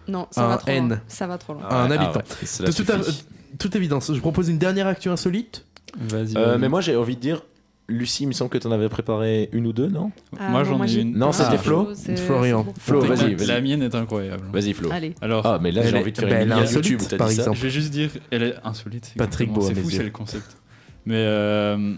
Non, ça
un
va trop
N.
loin. Ça va trop loin.
à un
Ah
habitant.
ouais, cela
de toute,
suffit.
euh, toute évidence, je propose une dernière actu insolite.
Vas-y.
Euh,
vas-y.
mais moi j'ai envie de dire, Lucie, il me semble que t'en avais préparé une ou deux, non
Ah,
moi
non,
j'en
moi,
ai
j'ai-
une.
Non,
Ah,
c'était Flo
c'est-
Florian.
c'est pour
Flo,
Flo.
vas-y, vas-y.
La mienne est incroyable.
Vas-y Flo.
Allez.
Alors,
Ah mais là
Elle
j'ai
est-
envie de faire
ben,
une
elle est
vidéo
insolite,
YouTube, t'as
par
dit ça
exemple.
je vais juste dire, elle est insolite.
Patrick Beau
complètement.
à
C'est
mes
fou,
yeux.
c'est le concept. Mais euh,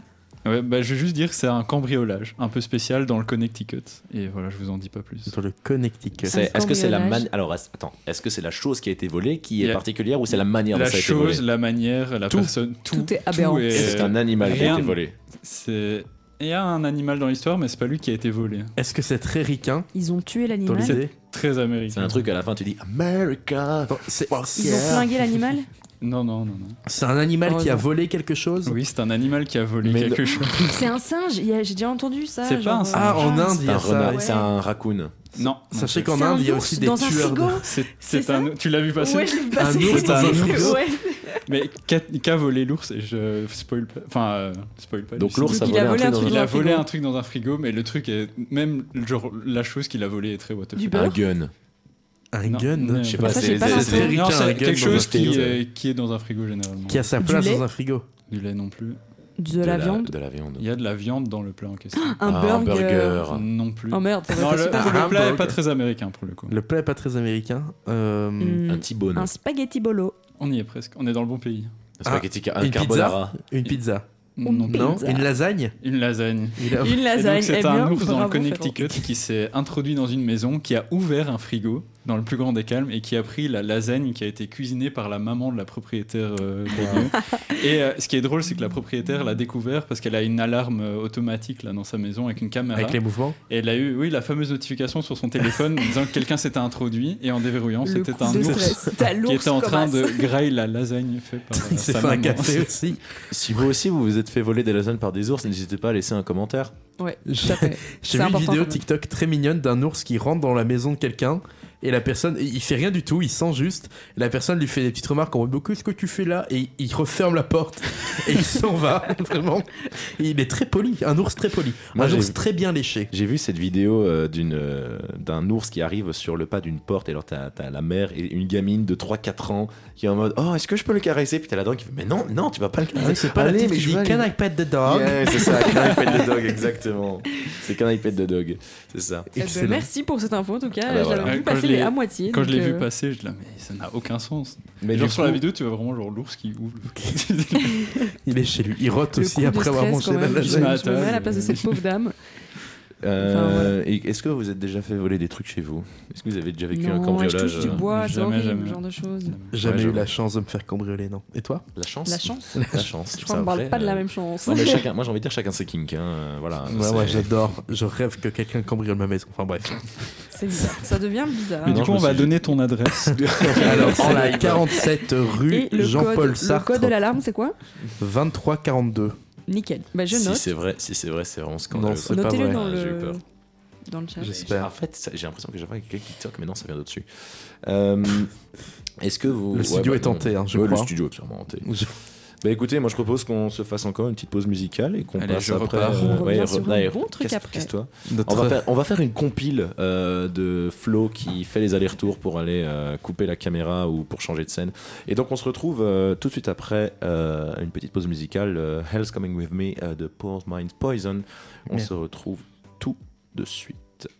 ouais, bah, je vais juste dire que c'est un cambriolage un peu spécial dans le Connecticut. Et voilà, je vous en dis pas plus.
Sur le Connecticut.
C'est-
Un
Est-ce que c'est la
cambriolage.
man... Alors as- attends, est-ce que c'est la chose qui a été volée qui est
Yeah.
particulière ou c'est la manière dont
La
ça a été
chose,
volé
la manière, la
Tout.
personne, tout.
est aberrant.
est-
C'est un animal qui a
rien
été
ne-
volé.
C'est. Il y a un animal dans l'histoire, mais c'est pas lui qui a été volé.
Est-ce que c'est très ricain
Ils ont tué
dans
l'animal.
l'idée
Très américain.
C'est un truc à la fin tu dis America.
Non, c'est-
Ils ont Oh flingué l'animal.
Non, non, non, non.
C'est un animal qui a
Heureusement.
volé quelque chose
Oui, c'est un animal qui a volé
Mais
quelque chose.
C'est un singe. il y a- J'ai déjà entendu ça.
C'est pas
genre,
un
euh,
singe.
Ah, en Inde, il
C'est
y
un
a ça.
renard, c'est un raccoon.
Non.
Sachez
C'est
qu'en
un
Inde, il y a
ours
aussi des
dans un
tueurs. de-
frigo.
C'est
C'est
Bah, c'est un. Tu l'as vu passer
Ouais, je l'ai vu
Un
passer.
ours dans un frigo.
Ouais.
Mais qu'a qu'a volé l'ours Et je spoil pas. Enfin, euh, spoil pas.
Donc
du
l'ours a
Donc, il
volé
a
un
volé
truc
un
dans
truc
Il
un-
a
un
volé
frigo.
un truc dans un frigo, mais le truc est. Même genre, la chose qu'il a volée est très what the
Du
fuck.
beurre.
un gun.
Un
Non,
gun
mais-
Je sais pas,
Ça,
c'est
j'ai pas
c'est-
l'info.
c'est-
ricain,
Non,
un
c'est
gun
quelque
dans un
chose qui,
frigo.
euh, qui est dans un frigo généralement.
qui a sa
Du
place
lait
dans un frigo.
Du lait non plus.
De
Ah,
la viande.
De la viande.
Il y a de la viande dans le plat en question.
Un
Ah, un
burger.
burger.
Non plus.
Oh merde, ça
non,
va
le,
être super.
bon.
le
Un
plat est
hamburger.
pas très américain pour le coup.
Le plat est pas très américain. Euh,
Hmm,
Un T-bone.
Un spaghetti bolo.
On y est presque. On est dans le bon pays.
Un spaghetti ca- un
Une
carbonara.
Une pizza.
Non, plus.
Non
Pizza.
Une lasagne
une lasagne.
Il a-
Une
Et
lasagne.
donc c'est
eh
un
bien,
ours dans le
bravo,
Connecticut qui s'est introduit dans une maison, qui a ouvert un frigo dans le plus grand des calmes et qui a pris la lasagne qui a été cuisinée par la maman de la propriétaire euh, des lieux. Et euh, ce qui est drôle, c'est que la propriétaire l'a découvert parce qu'elle a une alarme euh, automatique là dans sa maison avec une caméra.
Avec les mouvements
Et elle a eu, oui, la fameuse notification sur son téléphone disant que quelqu'un s'était introduit et en déverrouillant,
Flo. Le
c'était
coup
un
de
ours
stress. T'as l'ours
qui était en
comme
train
as.
de grailler la lasagne faite par euh,
Il s'est
sa
fait un
maman.
café aussi.
Si vous aussi vous vous êtes fait voler des lasagnes par des ours, n'hésitez pas à laisser un commentaire.
Ouais,
J'ai
tout à fait.
j'ai
C'est
vu une
important
vidéo
quand même.
TikTok très mignonne d'un ours qui rentre dans la maison de quelqu'un et la personne, il fait rien du tout, il sent juste. Et la personne lui fait des petites remarques en mode Qu'est-ce que tu fais là Et il referme la porte et il s'en va, vraiment. Et il est très poli, un ours très poli.
Moi,
un
j'ai
ours
vu-
très bien léché.
J'ai vu cette vidéo euh, d'une, euh, d'un ours qui arrive sur le pas d'une porte et alors t'as, t'as la mère et une gamine de 3-4 ans qui est en mode Oh, est-ce que je peux le caresser Puis t'as la dent qui fait Mais non, non, tu vas pas le caresser. Ah,
c'est pas
Allez,
la
mais
petite
je
qui
veux
dit
aller-
Can I pet the dog
Yeah, c'est ça, Can I Pet the Dog, exactement. C'est Can I Pet the Dog, c'est ça.
Eh ben,
Excellent.
merci pour cette info en tout cas.
Ah bah voilà.
J'avais vu
Quand je
passer
l'ai-
les à moitié.
Quand je
donc,
l'ai vu
euh,
passer, je dis mais ça n'a aucun sens.
Mais
genre
du
sur
coup-
la vidéo, tu vois vraiment genre l'ours qui ouvre.
Il est chez lui, il rote
le coup
aussi
de
après avoir
stress,
mangé
quand
la
même.
lasagne.
Je me mets à la place de cette pauvre dame.
Euh, et Est-ce que vous êtes déjà fait voler des trucs chez vous Est-ce que vous avez déjà vécu un
Non, je
cambriolage
touche du
euh,
bois, c'est
Jamais,
horrible,
jamais.
genre de choses.
Jamais
Ouais,
eu
j'avoue. Ah,
la chance de me faire cambrioler, non. Et toi
La chance
La chance.
La chance.
Je crois
ça,
qu'on parle
après,
pas de
euh,
la même chance.
non, mais chacun, moi j'ai envie de dire chacun ses kinks. hein, euh, voilà,
Ouais,
c'est-
ouais, j'adore. Je rêve que quelqu'un cambriole ma maison. Enfin bref.
C'est bizarre. Ça devient bizarre.
Mais
Non,
du
je
coup,
me
on va
suis-
donner ton adresse.
Alors, c'est la 47 rue
Et le
Jean-Paul
code, le
Sartre,
code de l'alarme, c'est quoi
2342.
Nickel. Bah, je
si
note.
c'est vrai, si c'est vrai, c'est vraiment scandaleux.
Non, c'est pas
Notez-le
vrai.
dans
Ah, j'ai eu
le
peur.
dans le chat.
Je-
Mais
J'espère.
j'ai- En fait, ça- j'ai l'impression que j'avais quelqu'un TikTok, mais non, ça vient d'au-dessus. Euh, Est-ce que vous.
Le
ouais,
studio
bah,
est tenté, hein, je
Ouais,
crois.
Le studio est clairement hanté.
Je-
Bah écoutez, moi je propose qu'on se fasse encore une petite pause musicale et qu'on
Allez,
passe
je
après. euh,
repars.
On revient sur
re-
un
allez,
bon truc
casse-
après.
casse-toi.
Notre...
On, va faire- on va faire une compile euh, de Flo qui fait les allers-retours pour aller euh, couper la caméra ou pour changer de scène. Et donc on se retrouve euh, tout de suite après euh, une petite pause musicale. euh, Hell's Coming With Me euh, de Poor Mind Poison. On
Bien.
se retrouve tout de suite.
Thank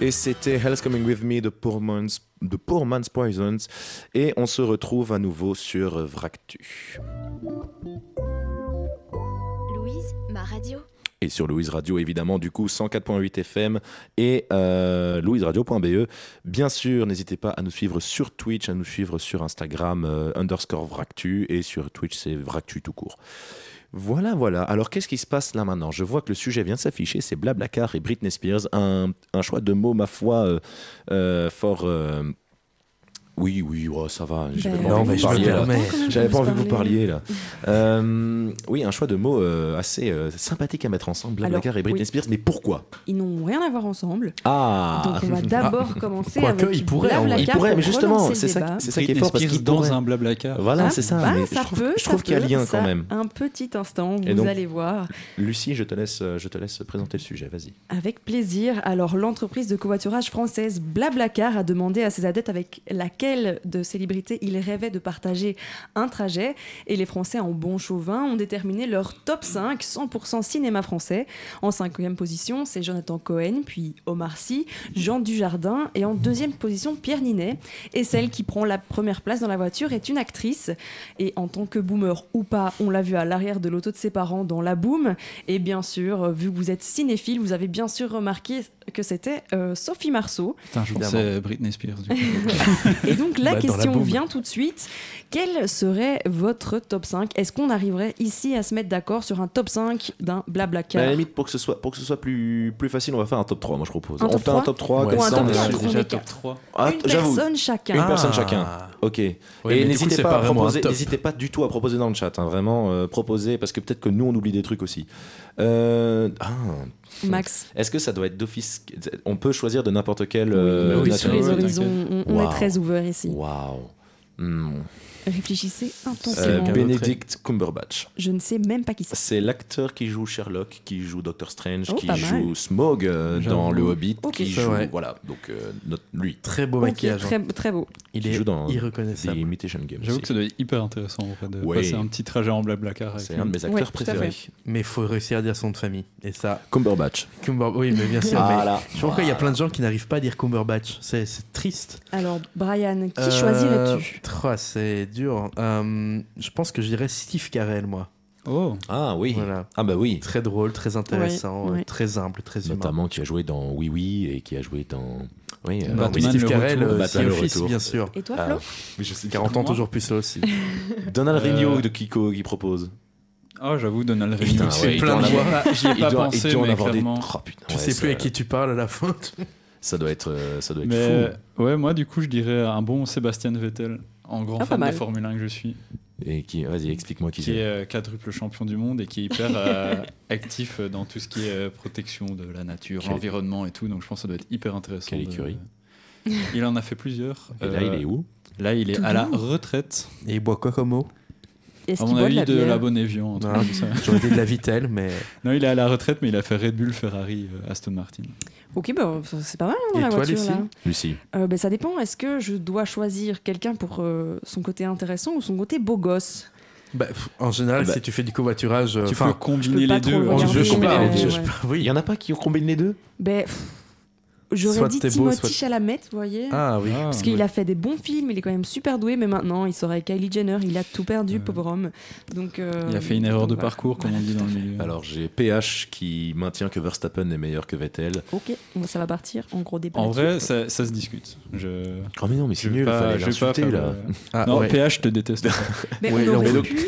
Et c'était Hell's Coming With Me de Poor Man's, de Poor Man's Poisons. Et on se retrouve à nouveau sur euh, Vractu.
Louise, ma radio.
Et sur Louise Radio, évidemment, du coup, 104.8 FM et euh, louiseradio.be. Bien sûr, n'hésitez pas à nous suivre sur Twitch, à nous suivre sur Instagram, euh, underscore Vractu. Et sur Twitch, c'est Vractu tout court. Voilà, voilà. Alors, qu'est-ce qui se passe là maintenant Je vois que le sujet vient de s'afficher, c'est Blablacar et Britney Spears. Un, un choix de mots, ma foi, euh, euh, fort... euh, Oui, oui, ouais, ça va. J'avais
Ben,
pas
Non,
envie
mais
de
je
vous parler,
vais
là.
permettre.
J'avais pas envie de vous parler là. Euh, oui, un choix de mots euh, assez euh, sympathique à mettre ensemble, Blablacar
Alors,
et Britney
oui.
Spears, mais pourquoi
Ils n'ont rien à voir ensemble.
Ah
Donc on va d'abord commencer
Quoique,
avec
ils pourraient,
Blablacar
Il pourrait,
pour
mais justement,
relancer
c'est
le
ça,
débat.
c'est ça qui est
Britney
fort parce
Spears
qu'il
dans
pourrait.
un blablacar.
Voilà,
Ah,
c'est ça.
bah,
mais
ça
je trouve,
peut,
je trouve
ça
qu'il y a
peut,
lien
ça,
quand même.
Un petit instant, vous
Et donc-
allez voir.
Lucie, je te laisse, euh, je te laisse présenter le sujet. Vas-y.
Avec plaisir. Alors, l'entreprise de covoiturage française Blablacar a demandé à ses adeptes avec laquelle de célébrité ils rêvaient de partager un trajet. Et les Français, en bon chauvin, ont déterminé leur top 5 100% cinéma français. En cinquième position, c'est Jonathan Cohen, puis Omar Sy, Jean Dujardin. Et en deuxième position, Pierre Ninet. Et celle qui prend la première place dans la voiture est une actrice. Et en tant que boomer ou pas, on l'a vu à l'arrière de l'auto de ses parents dans La Boom. Et bien sûr, euh, vu que vous êtes cinéphile, vous avez bien sûr remarqué que c'était euh, Sophie Marceau.
Putain, je
Évidemment.
pensais à Britney Spears. du coup.
Et donc la
Bah, dans la
question
boum.
vient tout de suite. Quel serait votre top 5 Est-ce qu'on arriverait ici à se mettre d'accord sur un top 5 d'un blabla
Mais à la limite, pour que ce soit, pour que ce soit plus, plus facile, on va faire un top 3, moi je propose.
Un
on
top
fait un
3?
top 3,
Ouais.
comme
Ou un
ça
top
on est
Ah,
quatre,
sûr.
on
déjà
est
top
quatre.
3.
Ah,
Une
J'avoue.
personne chacun.
Une personne chacun. Ok.
Ah.
et
Ouais, mais du coup,
n'hésitez
c'est
pas,
pas
à
vraiment un
proposer,
top.
n'hésitez pas du tout à proposer dans le chat, hein, vraiment euh, proposer parce que peut-être que nous on oublie des trucs aussi. Euh, ah,
Max,
Est-ce que ça doit être d'office On peut choisir de n'importe quel. euh,
Oui, oui,
sur
ouais,
les
ouais,
nationalité.
horizons, on, on
Wow.
est très ouverts ici.
Waouh. Hmm.
Réfléchissez
Euh,
intensément.
bon.
Benedict Cumberbatch.
Je ne sais même pas qui c'est.
C'est l'acteur qui joue Sherlock, qui joue Doctor Strange,
Oh,
qui
pas mal.
joue Smog euh,
J'avoue.
dans Le Hobbit,
Ok.
qui
Ça,
joue
ouais.
voilà donc euh, notre- lui.
Très beau
Ok,
maquillage. hein.
très, très beau.
Il
qui
est
joue dans The
irreconnaissable.
Imitation Game.
J'avoue
aussi.
que ça doit être hyper intéressant en vrai, de
Ouais.
passer un petit trajet en blablacar. avec
C'est
lui.
un de mes acteurs
tout à fait.
préférés.
Mais faut réussir à dire son nom de famille. Et ça,
Cumberbatch.
Cumber... Oui, mais bien sûr. mais...
Voilà.
Je sais pas pourquoi il y a plein de gens qui n'arrivent pas à dire Cumberbatch. C'est c'est triste.
Alors, Brian, qui
Euh,
choisirais-tu
tra, C'est dur. Euh, je pense que je dirais Steve Carell, moi.
Oh,
Ah oui.
Voilà.
Ah bah oui.
Très drôle, très intéressant,
Ouais,
euh,
ouais.
très humble, très humain.
Notamment qui a joué dans Oui Oui et qui a joué dans. Oui, euh,
Batman,
Oui,
oui,
Steve
le
Carell,
retour.
euh,
Batman,
The
le
Office,
retour.
bien sûr.
Et toi,
Ah,
Flo
mais je sais
40 ans,
Moi
toujours plus ça aussi.
Donald
Euh,
Rigno de Kiko qui propose.
Ah, j'avoue, Donald Reilly.
Putain,
c'est
ouais, il
plein
doit
de
en avoir-
voix.
J'y ai
il
pas
doit- il
pensé,
doit en
mais
avoir des-
clairement.
Oh, putain,
Tu
ouais,
sais
ça-
plus à qui tu parles à la fin.
Ça doit être, euh, ça doit être
Mais
fou.
ouais, moi du coup, je dirais un bon Sébastien Vettel, en grand
Ah, pas
fan de
mal.
Formule 1 que je suis,
Et qui, vas-y, explique-moi qui
qui
c'est.
est euh, quadruple champion du monde et qui est hyper euh, actif euh, dans tout ce qui est euh, protection de la nature,
Quelle-
l'environnement et tout. Donc je pense que ça doit être hyper intéressant.
Quelle
de-
écurie.
Il en a fait plusieurs.
Et là,
Euh,
il est où
Là, il est
Tout
à la
doux.
retraite.
Et il boit quoi comme eau
Est-ce
À
qu'il
mon
boit de
avis,
la
de
bière
la bonne Evian, un truc
Ah.
comme ça.
J'aurais dit de la vitelle, mais
Non, il est à la retraite, mais il a fait Red Bull, Ferrari, euh, Aston Martin.
Ok, bah, c'est pas mal hein, dans
Et
la
toi,
voiture.
Lucie
là.
Lucie.
Euh, ben, ça dépend. Est-ce que je dois choisir quelqu'un pour euh, son côté intéressant ou son côté beau gosse
Bah, pff, en général,
Bah,
si tu fais du covoiturage, euh,
tu peux
enfin,
combiner
pas
les
trop
deux.
le
hein.
on- je
regarder,
combine
mais
les deux.
ouais.
je peux-
Il
Oui.
y en a pas qui ont combiné les deux
Ben, pff, j'aurais
Soit
dit
t'es beau,
Timothy
soit-
Chalamet, vous voyez
Ah oui.
Ah,
Parce qu'il
ouais.
a fait des bons films, il est quand même super doué, mais maintenant il sort avec Kylie Jenner, il a tout perdu,
Ouais.
pauvre homme. Donc, euh,
Il a fait une erreur
donc
de
voilà.
parcours, comme on dit dans le milieu.
Alors j'ai PH qui maintient que Verstappen est meilleur que Vettel.
Ok, bon, ça va partir en gros débat.
En vrai,
là-dessus.
ça, ça se discute. Je.
Oh mais non, mais
je
c'est
vais
nul,
pas-
fallait
je vais pas
l'insulter
faire
là.
le-
Ah,
non,
ouais.
PH te déteste.
Mais
Ouais,
on
là,
aurait
mais donc-
pu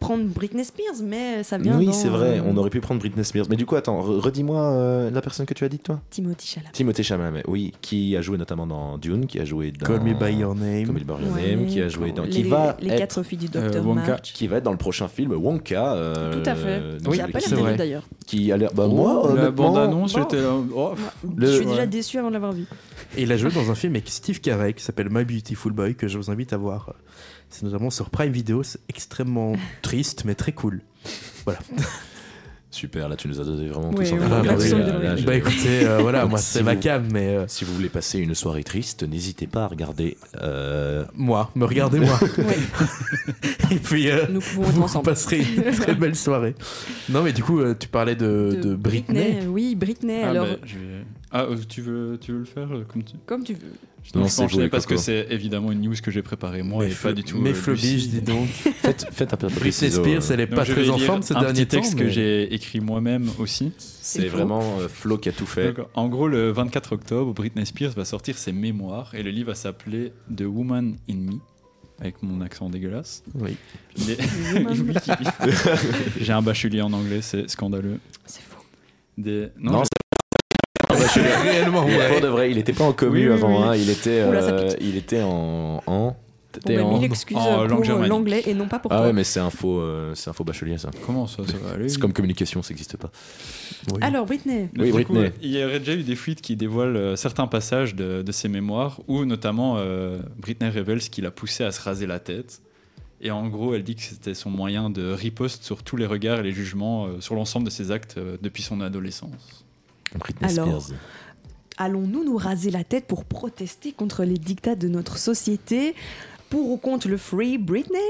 prendre Britney Spears, mais
Ah,
ça vient
Oui,
dans,
c'est vrai,
euh,
on aurait pu prendre Britney Spears. Mais du coup, attends, re- redis-moi euh, la personne que tu as dit, toi
Timothy Chalamet.
Timothée Chalamet, oui, qui a joué notamment dans Dune, qui a joué dans.
Call me by your
Call Me
name.
By Your Name, qui a joué dans.
Les,
qui, va
les
être,
quatre filles du
euh,
docteur
Wonka.
March.
qui va être dans le prochain film Wonka. euh,
Tout à fait.
dans
Oui,
qui a
le-
pas l'air
c'est
terrible
vrai.
d'ailleurs.
qui a l'air.
Oh,
Bah, moi,
la
honnêtement,
bande annonce,
bah.
bon.
j'étais là. oh, pff,
je suis
ouais.
déjà déçu avant de l'avoir vu.
Et il a joué dans un film avec Steve Carell qui s'appelle My Beautiful Boy que je vous invite à voir. C'est notamment sur Prime Video. C'est extrêmement triste mais très cool.
Super, là, tu nous as donné vraiment
Ouais,
tous envie
ouais,
de
ouais,
regarder,
ouais,
là,
ouais.
Ah,
là, j'ai-
Bah écoutez, euh, voilà, moi
Si
c'est ma
vous-
cam, mais euh,
Si vous voulez passer une soirée triste, n'hésitez pas à regarder. euh,
moi, me regardez-moi.
Ouais,
Et puis euh,
nous pouvons être
vous
ensemble.
passerez une très belle soirée. Non mais du coup, euh, tu parlais de, de Britney.
Oui, Britney.
Ah,
alors,
bah, je vais- Ah, euh, tu veux, tu veux le faire euh, comme tu...
Comme tu veux.
Je
Non,
ne
c'est vous, les
parce que
cocos.
c'est évidemment une news que j'ai préparée moi et pas du tout.
Mais
euh,
Flobige,
Lucie.
dis donc.
Faites, faites un peu de
Britney
ciseaux,
Spears,
euh.
elle est
Donc,
pas
je vais
très en
lire
forme ces
un
derniers
petit texte
temps.
que
mais-
j'ai écrit moi-même aussi.
C'est vraiment euh, Flo qui a tout fait.
Donc, en gros, le 24 octobre, Britney Spears va sortir ses mémoires et le livre va s'appeler The Woman in Me, avec mon accent dégueulasse.
Oui.
Les- J'ai un bachelier en anglais, c'est scandaleux.
C'est faux.
Des...
Non,
Bah,
Réellement,
Mais
ouais.
Pour de vrai, il était pas en commu
Oui, oui,
avant,
oui.
hein, il était,
Oula, ça
euh,
pique.
il était en, en
On
t'étais
m'a
en-
mis l'excuse
en
pour
langue
euh,
germanique.
l'anglais et non pas pour
Ah
toi.
ouais, mais c'est un faux, euh, c'est un faux bachelier ça.
Comment ça, ça va aller
C'est comme communication, ça n'existe pas.
Oui.
Alors, Britney,
Oui,
Du
Britney.
coup, il y aurait déjà eu des fuites qui dévoilent euh, certains passages de, de ses mémoires, où notamment euh, Britney révèle ce qui l'a poussée à se raser la tête. Et en gros, elle dit que c'était son moyen de riposte sur tous les regards et les jugements euh, sur l'ensemble de ses actes euh, depuis son adolescence.
Britney
Alors,
Spears.
allons-nous nous raser la tête pour protester contre les dictats de notre société pour ou contre le Free Britney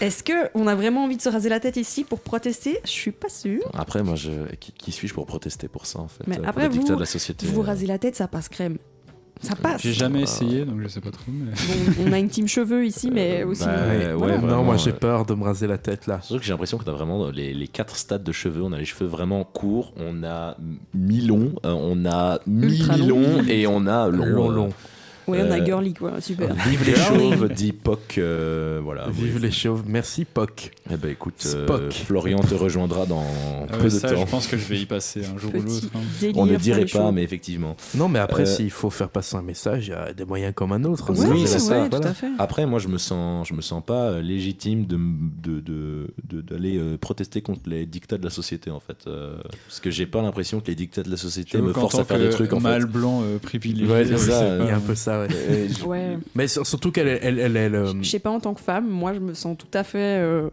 Est-ce que on a vraiment envie de se raser la tête ici pour protester Je suis pas sûre.
Après, moi, je... qui, qui suis-je pour protester pour ça en fait
Mais
euh, pour
après,
les dictats
vous-
de la société.
Vous
euh,
raser la tête, ça passe crème. Ça passe.
J'ai jamais essayé, donc je sais pas trop. mais-
Bon, on a une team cheveux ici, mais aussi.
bah,
euh,
ouais,
voilà.
vraiment,
non, moi
euh,
j'ai peur de me raser la tête là.
Surtout que j'ai l'impression qu'on a vraiment les, les quatre stades de cheveux. On a les cheveux vraiment courts, on a mi-long, euh, on a
Ultra
mi-mi-long et on a long.
Long,
euh,
long.
Ouais, on a
euh,
girly quoi, super.
Vive les
Girly.
chauves, dit Poc. euh, voilà.
Vive les chauves. Merci, Poc.
Eh ben écoute, euh,
Spock.
Florian te rejoindra dans
Ah
peu
ouais,
de
ça,
temps.
je pense que je vais y passer un jour ou
Petit
l'autre. hein.
délire
On ne
pour
dirait
les
pas,
cheveux.
mais effectivement.
Non, mais après,
Euh,
s'il faut faire passer un message, il y a des moyens comme un autre. hein,
mais-
Ouais,
Oui, c'est
ouais,
ça,
tout
voilà.
à fait.
Après, moi, je me sens, je me sens pas euh, légitime de m- de- de- de- d'aller euh, protester contre les dictats de la société, en fait, Euh, parce que j'ai pas l'impression que les dictats de la société me
Donc, en
forcent
tant
à faire
que
des trucs, en
mâle
fait.
blanc euh, privilégié.
Ouais, c'est
je
ça,
sais
euh,
pas.
Il y a un peu ça, ouais.
Et je-
Ouais.
Mais sur- surtout qu'elle est- elle, elle, elle, euh,
Je sais pas, en tant que femme, moi, je me sens tout à fait euh,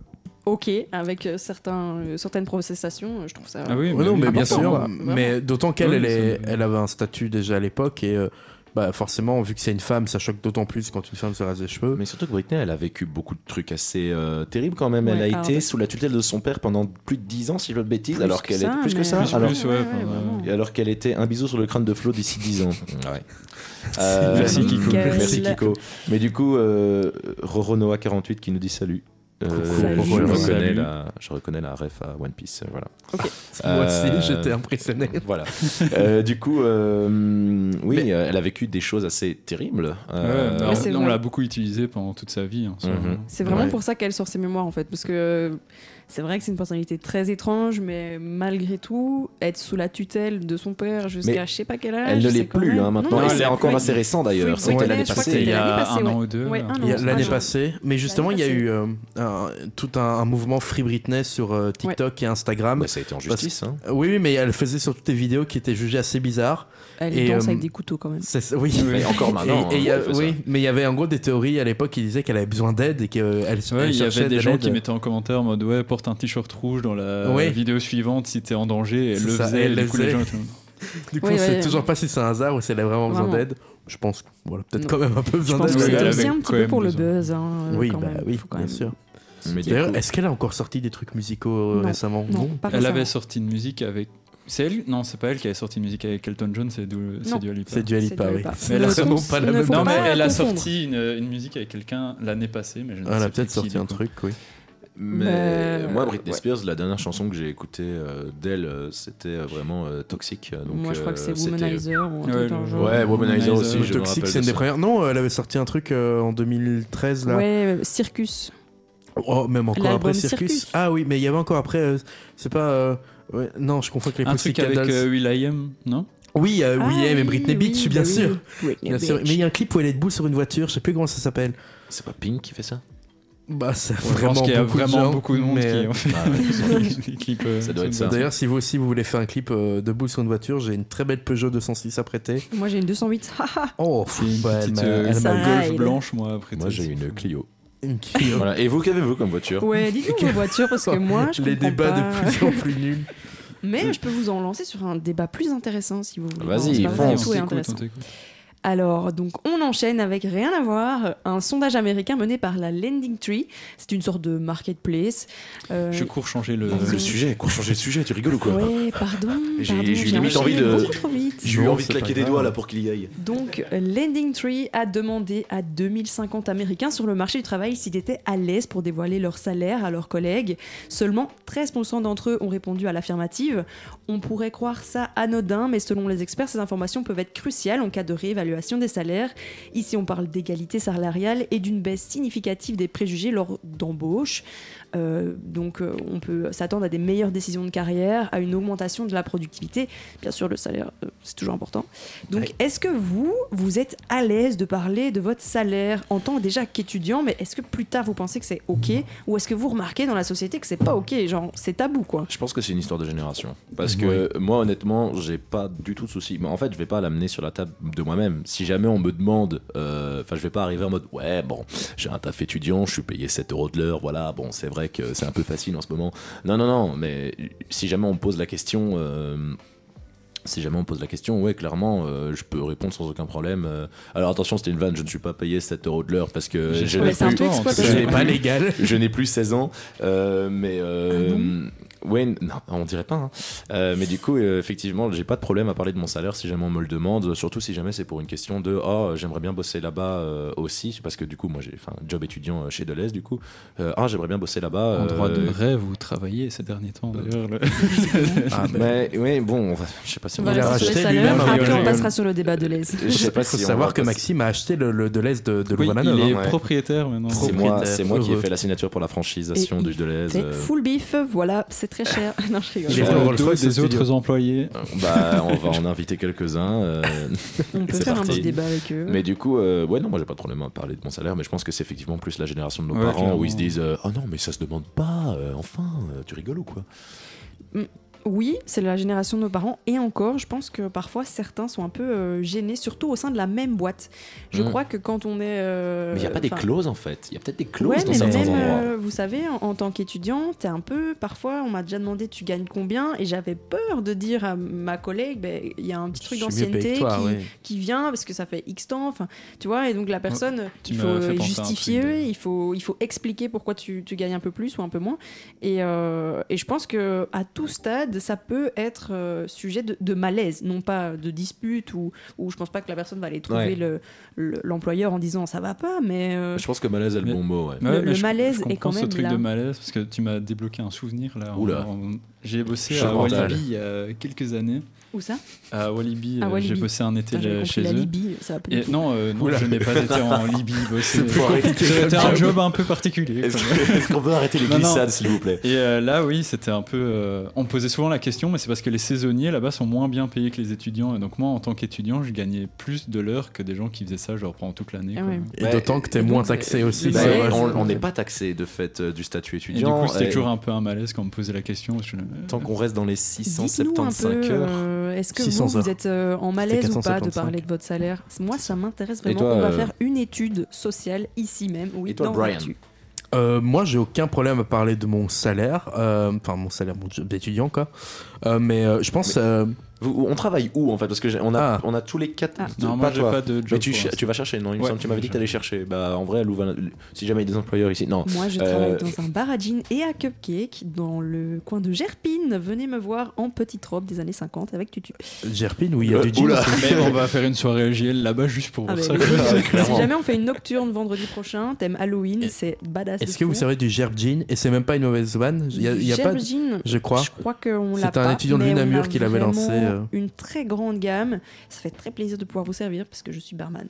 OK avec euh, certains, euh, certaines protestations. euh, Je trouve ça.
Ah oui,
Oh
Ouais, non, mais
oui,
bien
important,
sûr.
quoi.
Mais d'autant qu'elle,
Ouais,
elle, est-
ça me-
elle avait un statut déjà à l'époque et euh, bah, forcément, vu que c'est une femme, ça choque d'autant plus quand une femme se rase les cheveux.
Mais surtout que Britney, elle a vécu beaucoup de trucs assez euh, terribles quand même. elle
Ouais,
a
ah,
été
ouais.
sous la tutelle de son père pendant plus de 10 ans, si je ne bêtise,
Plus
alors
que
qu'elle
ça,
était plus que
mais-
ça.
Plus,
alors,
plus. ouais,
vraiment.
et alors qu'elle était un bisou sur le crâne de Flo d'ici 10 ans. Ouais. Euh,
Merci, Kiko.
Nickel.
Merci Kiko. Mais du coup, euh, Roronoa48 qui nous dit salut. Euh,
Salut.
je, reconnais
Salut.
la, je reconnais la ref à One Piece. euh, Voilà.
Moi
Euh,
aussi, j'étais impressionné.
voilà. Euh, du coup, euh, oui, euh, elle a vécu des choses assez terribles. Euh,
Ouais, bah,
Ouais, c'est
on
vrai.
l'a beaucoup utilisé pendant toute sa vie. hein, ça.
Mhm.
C'est vraiment
Ouais.
pour ça qu'elle sort ses mémoires en fait, parce que euh, c'est vrai que c'est une personnalité très étrange, mais malgré tout, être sous la tutelle de son père jusqu'à
Mais
je sais pas quel âge.
Elle ne
c'est
l'est
quand
plus
même-
hein, maintenant.
Non,
et
mais
elle
c'est
est-
encore
oui.
assez récent d'ailleurs.
Oui,
C'est
oui,
l'année
je crois que
passée.
C'était il y
l'année
a
passée,
un
ouais.
an ou deux. hein.
Ouais, un an.
Il y a-
je
L'année
crois.
passée, mais justement, il y a eu euh, un- tout un, un mouvement Free Britney sur euh, TikTok et Instagram.
Bah, ça a été en justice. hein.
Euh, Oui, oui, mais elle faisait surtout des vidéos qui étaient jugées assez bizarres.
Elle
Et,
danse
euh,
avec des couteaux quand même.
C'est ça- oui.
Oui.
Mais encore
Et-
maintenant.
et il y a-
hein, on fait ça.
oui, mais il y avait en gros des théories à l'époque qui disaient qu'elle avait besoin d'aide et qu'elle elle
Ouais, il y
cherchait
avait des
de
gens
l'aide.
qui mettaient en commentaire en mode ouais porte un t-shirt rouge dans la
Ouais.
vidéo suivante si t'es en danger et
C'est
le
ça,
faisait
elle
et
le
du coup les
faisait.
gens étaient-
Du coup,
Ouais,
on sait
ouais.
toujours pas si c'est un hasard ou si elle a vraiment, besoin
Vraiment.
d'aide. Je pense que- voilà, peut-être
Non.
quand même un peu besoin
Je pense
d'aide.
que
Ouais,
c'est
elle
aussi
avait
un
quand
petit peu
même
pour le
besoin.
buzz. hein, euh,
Oui,
quand
bah
même.
oui,
Faut quand
bien
même-
sûr.
Mais du
D'ailleurs,
coup-
est-ce qu'elle a encore sorti des trucs musicaux euh,
Non.
récemment
Non, pas
elle
récemment.
avait sorti une musique avec c'est elle non c'est pas elle qui avait sorti une musique avec Elton John c'est du... c'est
Non.
Dua Lipa.
C'est Dua
C'est
Lipa,
Dua
oui.
Lipa.
C'est
Ne
vraiment
cons-
pas la
ne
même.
faut
non mais
pas
elle a
confondre.
sorti une, une musique avec quelqu'un l'année passée mais je ne
Elle
sais
a
plus
peut-être
qui,
sorti
du
un
coup.
truc, oui.
Mais
Mais-
moi, Britney
Euh, ouais.
Spears, la dernière chanson que j'ai écoutée euh, d'elle, euh, c'était euh, vraiment euh, toxique. euh, Donc,
Moi, je crois que
euh,
c'est
c'était-
Womanizer ou un truc
Ouais,
dans le
le-
genre.
Ouais, Womanizer aussi.
Womanizer.
je me
Toxic,
rappelle
c'est une
de
des
ça.
premières. Non, elle avait sorti un truc euh, en 2013 là.
Ouais, Circus.
Oh, même encore
L'album
après Circus.
Circus.
Ah oui, mais il y avait encore après. euh, c'est pas. euh, ouais, non, je confonds avec les
un truc
Pussycat
avec
Dolls.
euh, Will.i.am non
Oui, euh,
Ah
Will.i.am et
oui,
Britney
oui,
Beach,
bah
bien
oui.
sûr.
Britney
Bien sûr.
Beach.
Mais il y a un clip où elle est debout sur une voiture. Je sais plus comment ça s'appelle.
C'est pas Pink qui fait ça
Bah, c'est
je
vraiment
pense qu'il y a
beaucoup de
vraiment
gens,
beaucoup de monde
mais,
qui ont fait
Ah, ouais,
des clips euh,
Ça doit être ça.
D'ailleurs, si vous aussi vous voulez faire un clip euh, debout sur une voiture, j'ai une très belle Peugeot 206 à prêter.
Moi, j'ai une 208. haha.
Oh,
c'est une
bah, elle
petite
m'a-
euh,
elle m'a-
Ah. Ça-
golf
ride.
blanche moi après
Moi, j'ai une Clio.
une Clio.
Voilà. Et vous, qu'avez-vous comme voiture
Ouais, dites-nous vos voitures parce que moi, je
les
comprends
débats
pas.
de plus en plus nuls.
Mais je peux vous en lancer sur un débat plus intéressant si vous voulez.
Vas-y,
Non, c'est pas vrai,
fonce.
tout est intéressant. Alors, donc, on enchaîne avec rien à voir, un sondage américain mené par la Lending Tree. C'est une sorte de marketplace. Euh,
Je cours changer le,
Le sujet, qu'on changeait de sujet, tu rigoles ou quoi
Ouais, pardon.
J'ai-
pardon,
j'ai limite
enchaîné
envie de-
beaucoup trop vite.
J'ai eu
Non,
envie de
c'est pas
claquer des
grave.
doigts là pour qu'il y aille.
Donc, euh, Lending Tree a demandé à 2050 Américains sur le marché du travail s'ils étaient à l'aise pour dévoiler leur salaire à leurs collègues. Seulement 13% d'entre eux ont répondu à l'affirmative. On pourrait croire ça anodin, mais selon les experts, ces informations peuvent être cruciales en cas de réévaluation des salaires. Ici, on parle d'égalité salariale et d'une baisse significative des préjugés lors d'embauche. Euh, donc, euh, on peut s'attendre à des meilleures décisions de carrière, à une augmentation de la productivité. Bien sûr, le salaire, euh, c'est toujours important. Donc, est-ce que vous, vous êtes à l'aise de parler de votre salaire en tant déjà qu'étudiant, mais est-ce que plus tard vous pensez que c'est OK Ou est-ce que vous remarquez dans la société que c'est pas OK Genre, c'est tabou, quoi.
Je pense que c'est une histoire de génération. Parce que moi, honnêtement, j'ai pas du tout de soucis. Mais en fait, je vais pas l'amener sur la table de moi-même. Si jamais on me demande, euh, enfin, je vais pas arriver en mode, ouais, bon, j'ai un taf étudiant, je suis payé 7 euros de l'heure, voilà, bon, c'est vrai que c'est un peu facile en ce moment. Non, non, non, mais si jamais on me pose la question. euh, si jamais on me pose la question, ouais, clairement, euh, je peux répondre sans aucun problème. euh. alors attention, c'était une vanne, je ne suis pas payé 7 euros de l'heure parce que
J'ai
je
trouvé
n'ai
ça un
plus-
peu
je
exploitation.
n'ai
C'est
pas
pas
les
légal.
je n'ai plus 16 ans, euh, mais euh, ouais, n- non, on dirait pas. hein. Euh, mais du coup, euh, effectivement, j'ai pas de problème à parler de mon salaire si jamais on me le demande, surtout si jamais c'est pour une question de oh j'aimerais bien bosser là-bas euh, aussi, parce que du coup moi j'ai enfin job étudiant euh, chez Deleuze du coup, Euh, ah j'aimerais bien bosser là-bas.
En droit de
euh,
rêve ou travailler ces derniers temps d'ailleurs. le-
Ah, bah,
mais ouais, bon, on va- je sais pas si on
va
va-
l'a
rester sur les
racheté lui-même,
salaires.
hein,
Après, on
rigole.
passera sur le débat de l'aise.
je sais pas
faut
si on
savoir
va
que
passer-
Maxime a acheté le, le- de l'Est de, de
Oui,
Louvain-la-Neuve,
il est
hein.
ouais.
propriétaire maintenant.
C'est moi,
propriétaire
c'est moi qui ai
heureux.
fait la signature pour la franchisation
Et
du Deleuze.
C'est
euh,
full beef, voilà, c'est très cher. non, je rigole.
Il est
Sur
fait
le
Rolls
dos
Royce au
des
studio.
autres employés.
bah, on va en inviter quelques-uns. euh,
On peut
C'est
faire un
parti.
petit débat avec eux.
Mais du coup, euh, ouais, non, moi j'ai pas de problème à parler de mon salaire, mais je pense que c'est effectivement plus la génération de nos
Ouais,
parents
clairement.
où ils se disent euh, Oh non, mais ça se demande pas, euh, enfin, euh, tu rigoles ou quoi
Oui, c'est la génération de nos parents. Et encore, je pense que parfois certains sont un peu euh, gênés, surtout au sein de la même boîte. Je
Mm.
crois que quand on est. euh,
Mais il y a pas des
enfin,
clauses en fait, il y a peut-être des clauses
ouais,
dans
mais
certains
même,
endroits.
euh, vous savez, en, en tant qu'étudiant, t'es un peu. Parfois, on m'a déjà demandé tu gagnes combien, et j'avais peur de dire à ma collègue, Ben, il y a un petit truc
Je suis mieux payé
d'ancienneté
que
qui,
toi, ouais.
qui vient parce que ça fait X temps, enfin, tu vois, et donc la personne,
tu
il
m'as
faut
fait
euh,
penser à un
justifier,
truc de-
il faut, il faut expliquer pourquoi tu, tu gagnes un peu plus ou un peu moins, et, euh, et je pense que à tout stade, ça peut être euh, sujet de, de malaise, non pas de dispute ou, ou je pense pas que la personne va aller trouver
Ouais.
le- le- l'employeur en disant ça va pas, mais euh,
Je pense que malaise est le
Mais-
bon mot, ouais.
Ouais,
Le-
mais
le
je- je
malaise est
comprends
quand
ce
même
truc
là.
de malaise parce que tu m'as débloqué un souvenir là. en-
Oula.
en- J'ai bossé
Choc
à
mental.
Walibi il y a quelques années.
où ça
À Walibi,
À
euh, j'ai
Walibi.
bossé un été
Putain, j'avais compris
chez
la
eux.
Libye, ça va plus.
Et non, euh, non,
Oula.
je n'ai pas été en Libye bosser.
foiré.
C'était un job un peu particulier.
Est-ce
quand même.
que- est-ce qu'on peut arrêter les
Non, non.
glissades, s'il vous plaît
Et euh, là, oui, c'était un peu. euh, on me posait souvent la question, mais c'est parce que les saisonniers là-bas sont moins bien payés que les étudiants. Et donc, moi, en tant qu'étudiant, je gagnais plus de l'heure que des gens qui faisaient ça, genre pendant toute l'année.
Ah
quoi.
ouais.
Et
Ouais.
d'autant que t'es moins taxé aussi.
Bah,
ça
Ouais,
va,
euh, on-
c'est-
On n'est pas taxé de fait euh, du statut
Et du coup,
étudiant.
c'était
euh,
toujours un peu un malaise quand on me posait la question. parce que, euh,
Tant qu'on reste dans les
Dites-nous un
675
peu,
heures.
euh, est-ce que
600
vous, vous
heures.
êtes euh, en malaise ou pas de
475.
parler de votre salaire Moi, ça m'intéresse
Et
vraiment.
toi,
On va
euh,
faire une étude sociale ici même. Oui,
Et toi,
dans
Brian
Vertu.
Euh, moi, j'ai aucun problème à parler de mon salaire, euh, enfin mon salaire, mon job d'étudiant quoi. Euh, mais euh, je pense, euh,
Vous- On travaille où en fait Parce que j'ai- on a,
Ah.
on a tous les quatre.
Ah.
de-
Non, moi,
pas
j'ai
toi.
pas de job.
Mais tu,
pour
cher-
l'instant.
tu vas chercher, non Il me
Ouais,
semble que tu m'avais dit que
je-
t'allais chercher. Bah, en vrai, à Louvain, si jamais il y a des employeurs ici. Non.
Moi, je
Euh,
travaille dans un bar à jeans et à cupcake dans le coin de Gerpine. Venez me voir en petite robe des années 50 avec tutu.
Oh, Gerpine où il y a
Euh,
du jean.
oula.
Mais on va faire une soirée JL là-bas juste pour
Ah
voir
ben,
ça.
oui. si
quoi.
clairement.
jamais on fait une nocturne vendredi prochain, thème Halloween, c'est badass. de
Est-ce que vous
fou.
savez du Gerp Jean Et c'est même pas une mauvaise vanne. Il y a, il y a
Gerp
pas,
jean,
je crois.
Je crois qu'on l'a
C'était un
pas,
étudiant de
mais
l'UNAMUR
on a
qui l'avait lancé,
vraiment
euh.
Une très grande gamme. Ça fait très plaisir de pouvoir vous servir parce que je suis barman.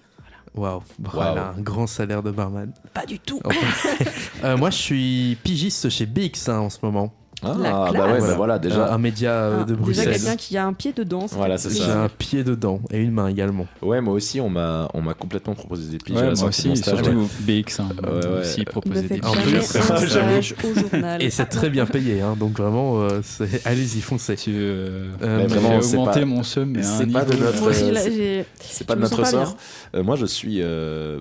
Waouh, voilà un grand salaire de barman.
Pas du
Oh, bah,
tout.
Enfin, euh, moi, je suis pigiste chez BX hein, en ce moment.
Ah,
La
bah
classe.
ouais, bah voilà,
Euh,
déjà.
un média euh,
Ah,
de
déjà
Bruxelles.
quelqu'un qui a un pied dedans.
Voilà, c'est
J'ai
ça.
un pied dedans et une main également.
Ouais, moi aussi, on m'a on m'a complètement proposé des piges
Ouais,
à la
moi
sortie de
aussi,
mon stage. ouais.
surtout BX, hein,
Ouais, ouais.
aussi
Ne
proposer des
faites
En
jamais un
plus,
j'avoue.
stage au journal.
Et c'est très bien payé, hein, donc vraiment, euh, c'est- allez-y, foncez.
Tu euh,
Euh,
m'as
mais vraiment,
fait
c'est
augmenter
pas-
mon seum. mais à un
c'est pas de
niveau-
notre-
Moi aussi,
Euh,
là,
c'est-
j'ai-
C'est pas
je
de
me sens
notre
pas bien.
sort. Euh, moi, je suis. euh,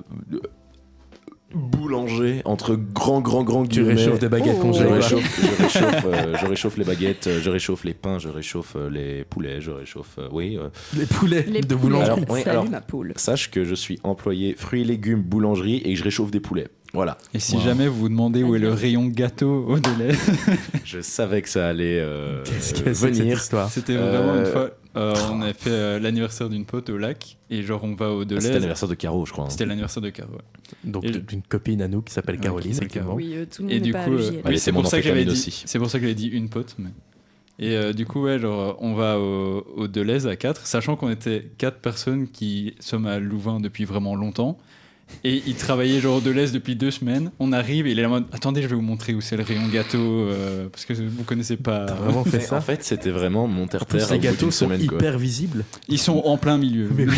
boulanger entre grands, grands, grands
Tu
guillemets.
réchauffes des baguettes
Je
Oh.
congelées. quoi.
réchauffe, je, réchauffe, euh, je réchauffe les baguettes, euh, je réchauffe les pains, je réchauffe euh, les poulets, je réchauffe. euh, oui. euh,
Les poulets
Les
de
poules.
boulanger.
Alors, oui,
Salut
alors-
ma poule.
Sache que je suis employé fruits et légumes, boulangerie et que je réchauffe des poulets. Voilà.
Et si
Wow.
jamais vous vous demandez où est le rayon gâteau au délai,
Je savais que ça allait euh,
Qu'est-ce
euh,
que c'est que cette
venir.
histoire
c'était
Euh,
vraiment une fois. euh, on a fait euh, l'anniversaire d'une pote au lac et genre on va au
Ah, C'était
Deleuze.
l'anniversaire de Caro, je crois. hein.
C'était l'anniversaire de Caro. ouais.
Donc
Et-
de- d'une copine à nous qui s'appelle
Ah,
Ouais,
Caroline,
qui s'appelle
effectivement.
Oui, euh, tout le
Et
monde n'est
du
pas
coup,
à
euh,
l'EJL.
Ouais.
oui,
c'est
c'est
mon
pour ça que
entrée
j'avais
Camille
dit.
aussi.
C'est pour ça que j'avais dit une pote. mais- Et euh, du coup, ouais, genre, on va au, au Deleuze à 4, sachant qu'on était quatre personnes qui sommes à Louvain depuis vraiment longtemps. Et il travaillait genre au Deleuze depuis deux semaines. On arrive et il est en mode Attendez, je vais vous montrer où c'est le rayon gâteau, euh, parce que vous connaissez pas.
T'as vraiment fait
Mais En
ça
fait, c'était vraiment mon
En plus,
terre-terre.
les gâteaux sont hyper visibles.
Ils sont en plein milieu.
Mais oui,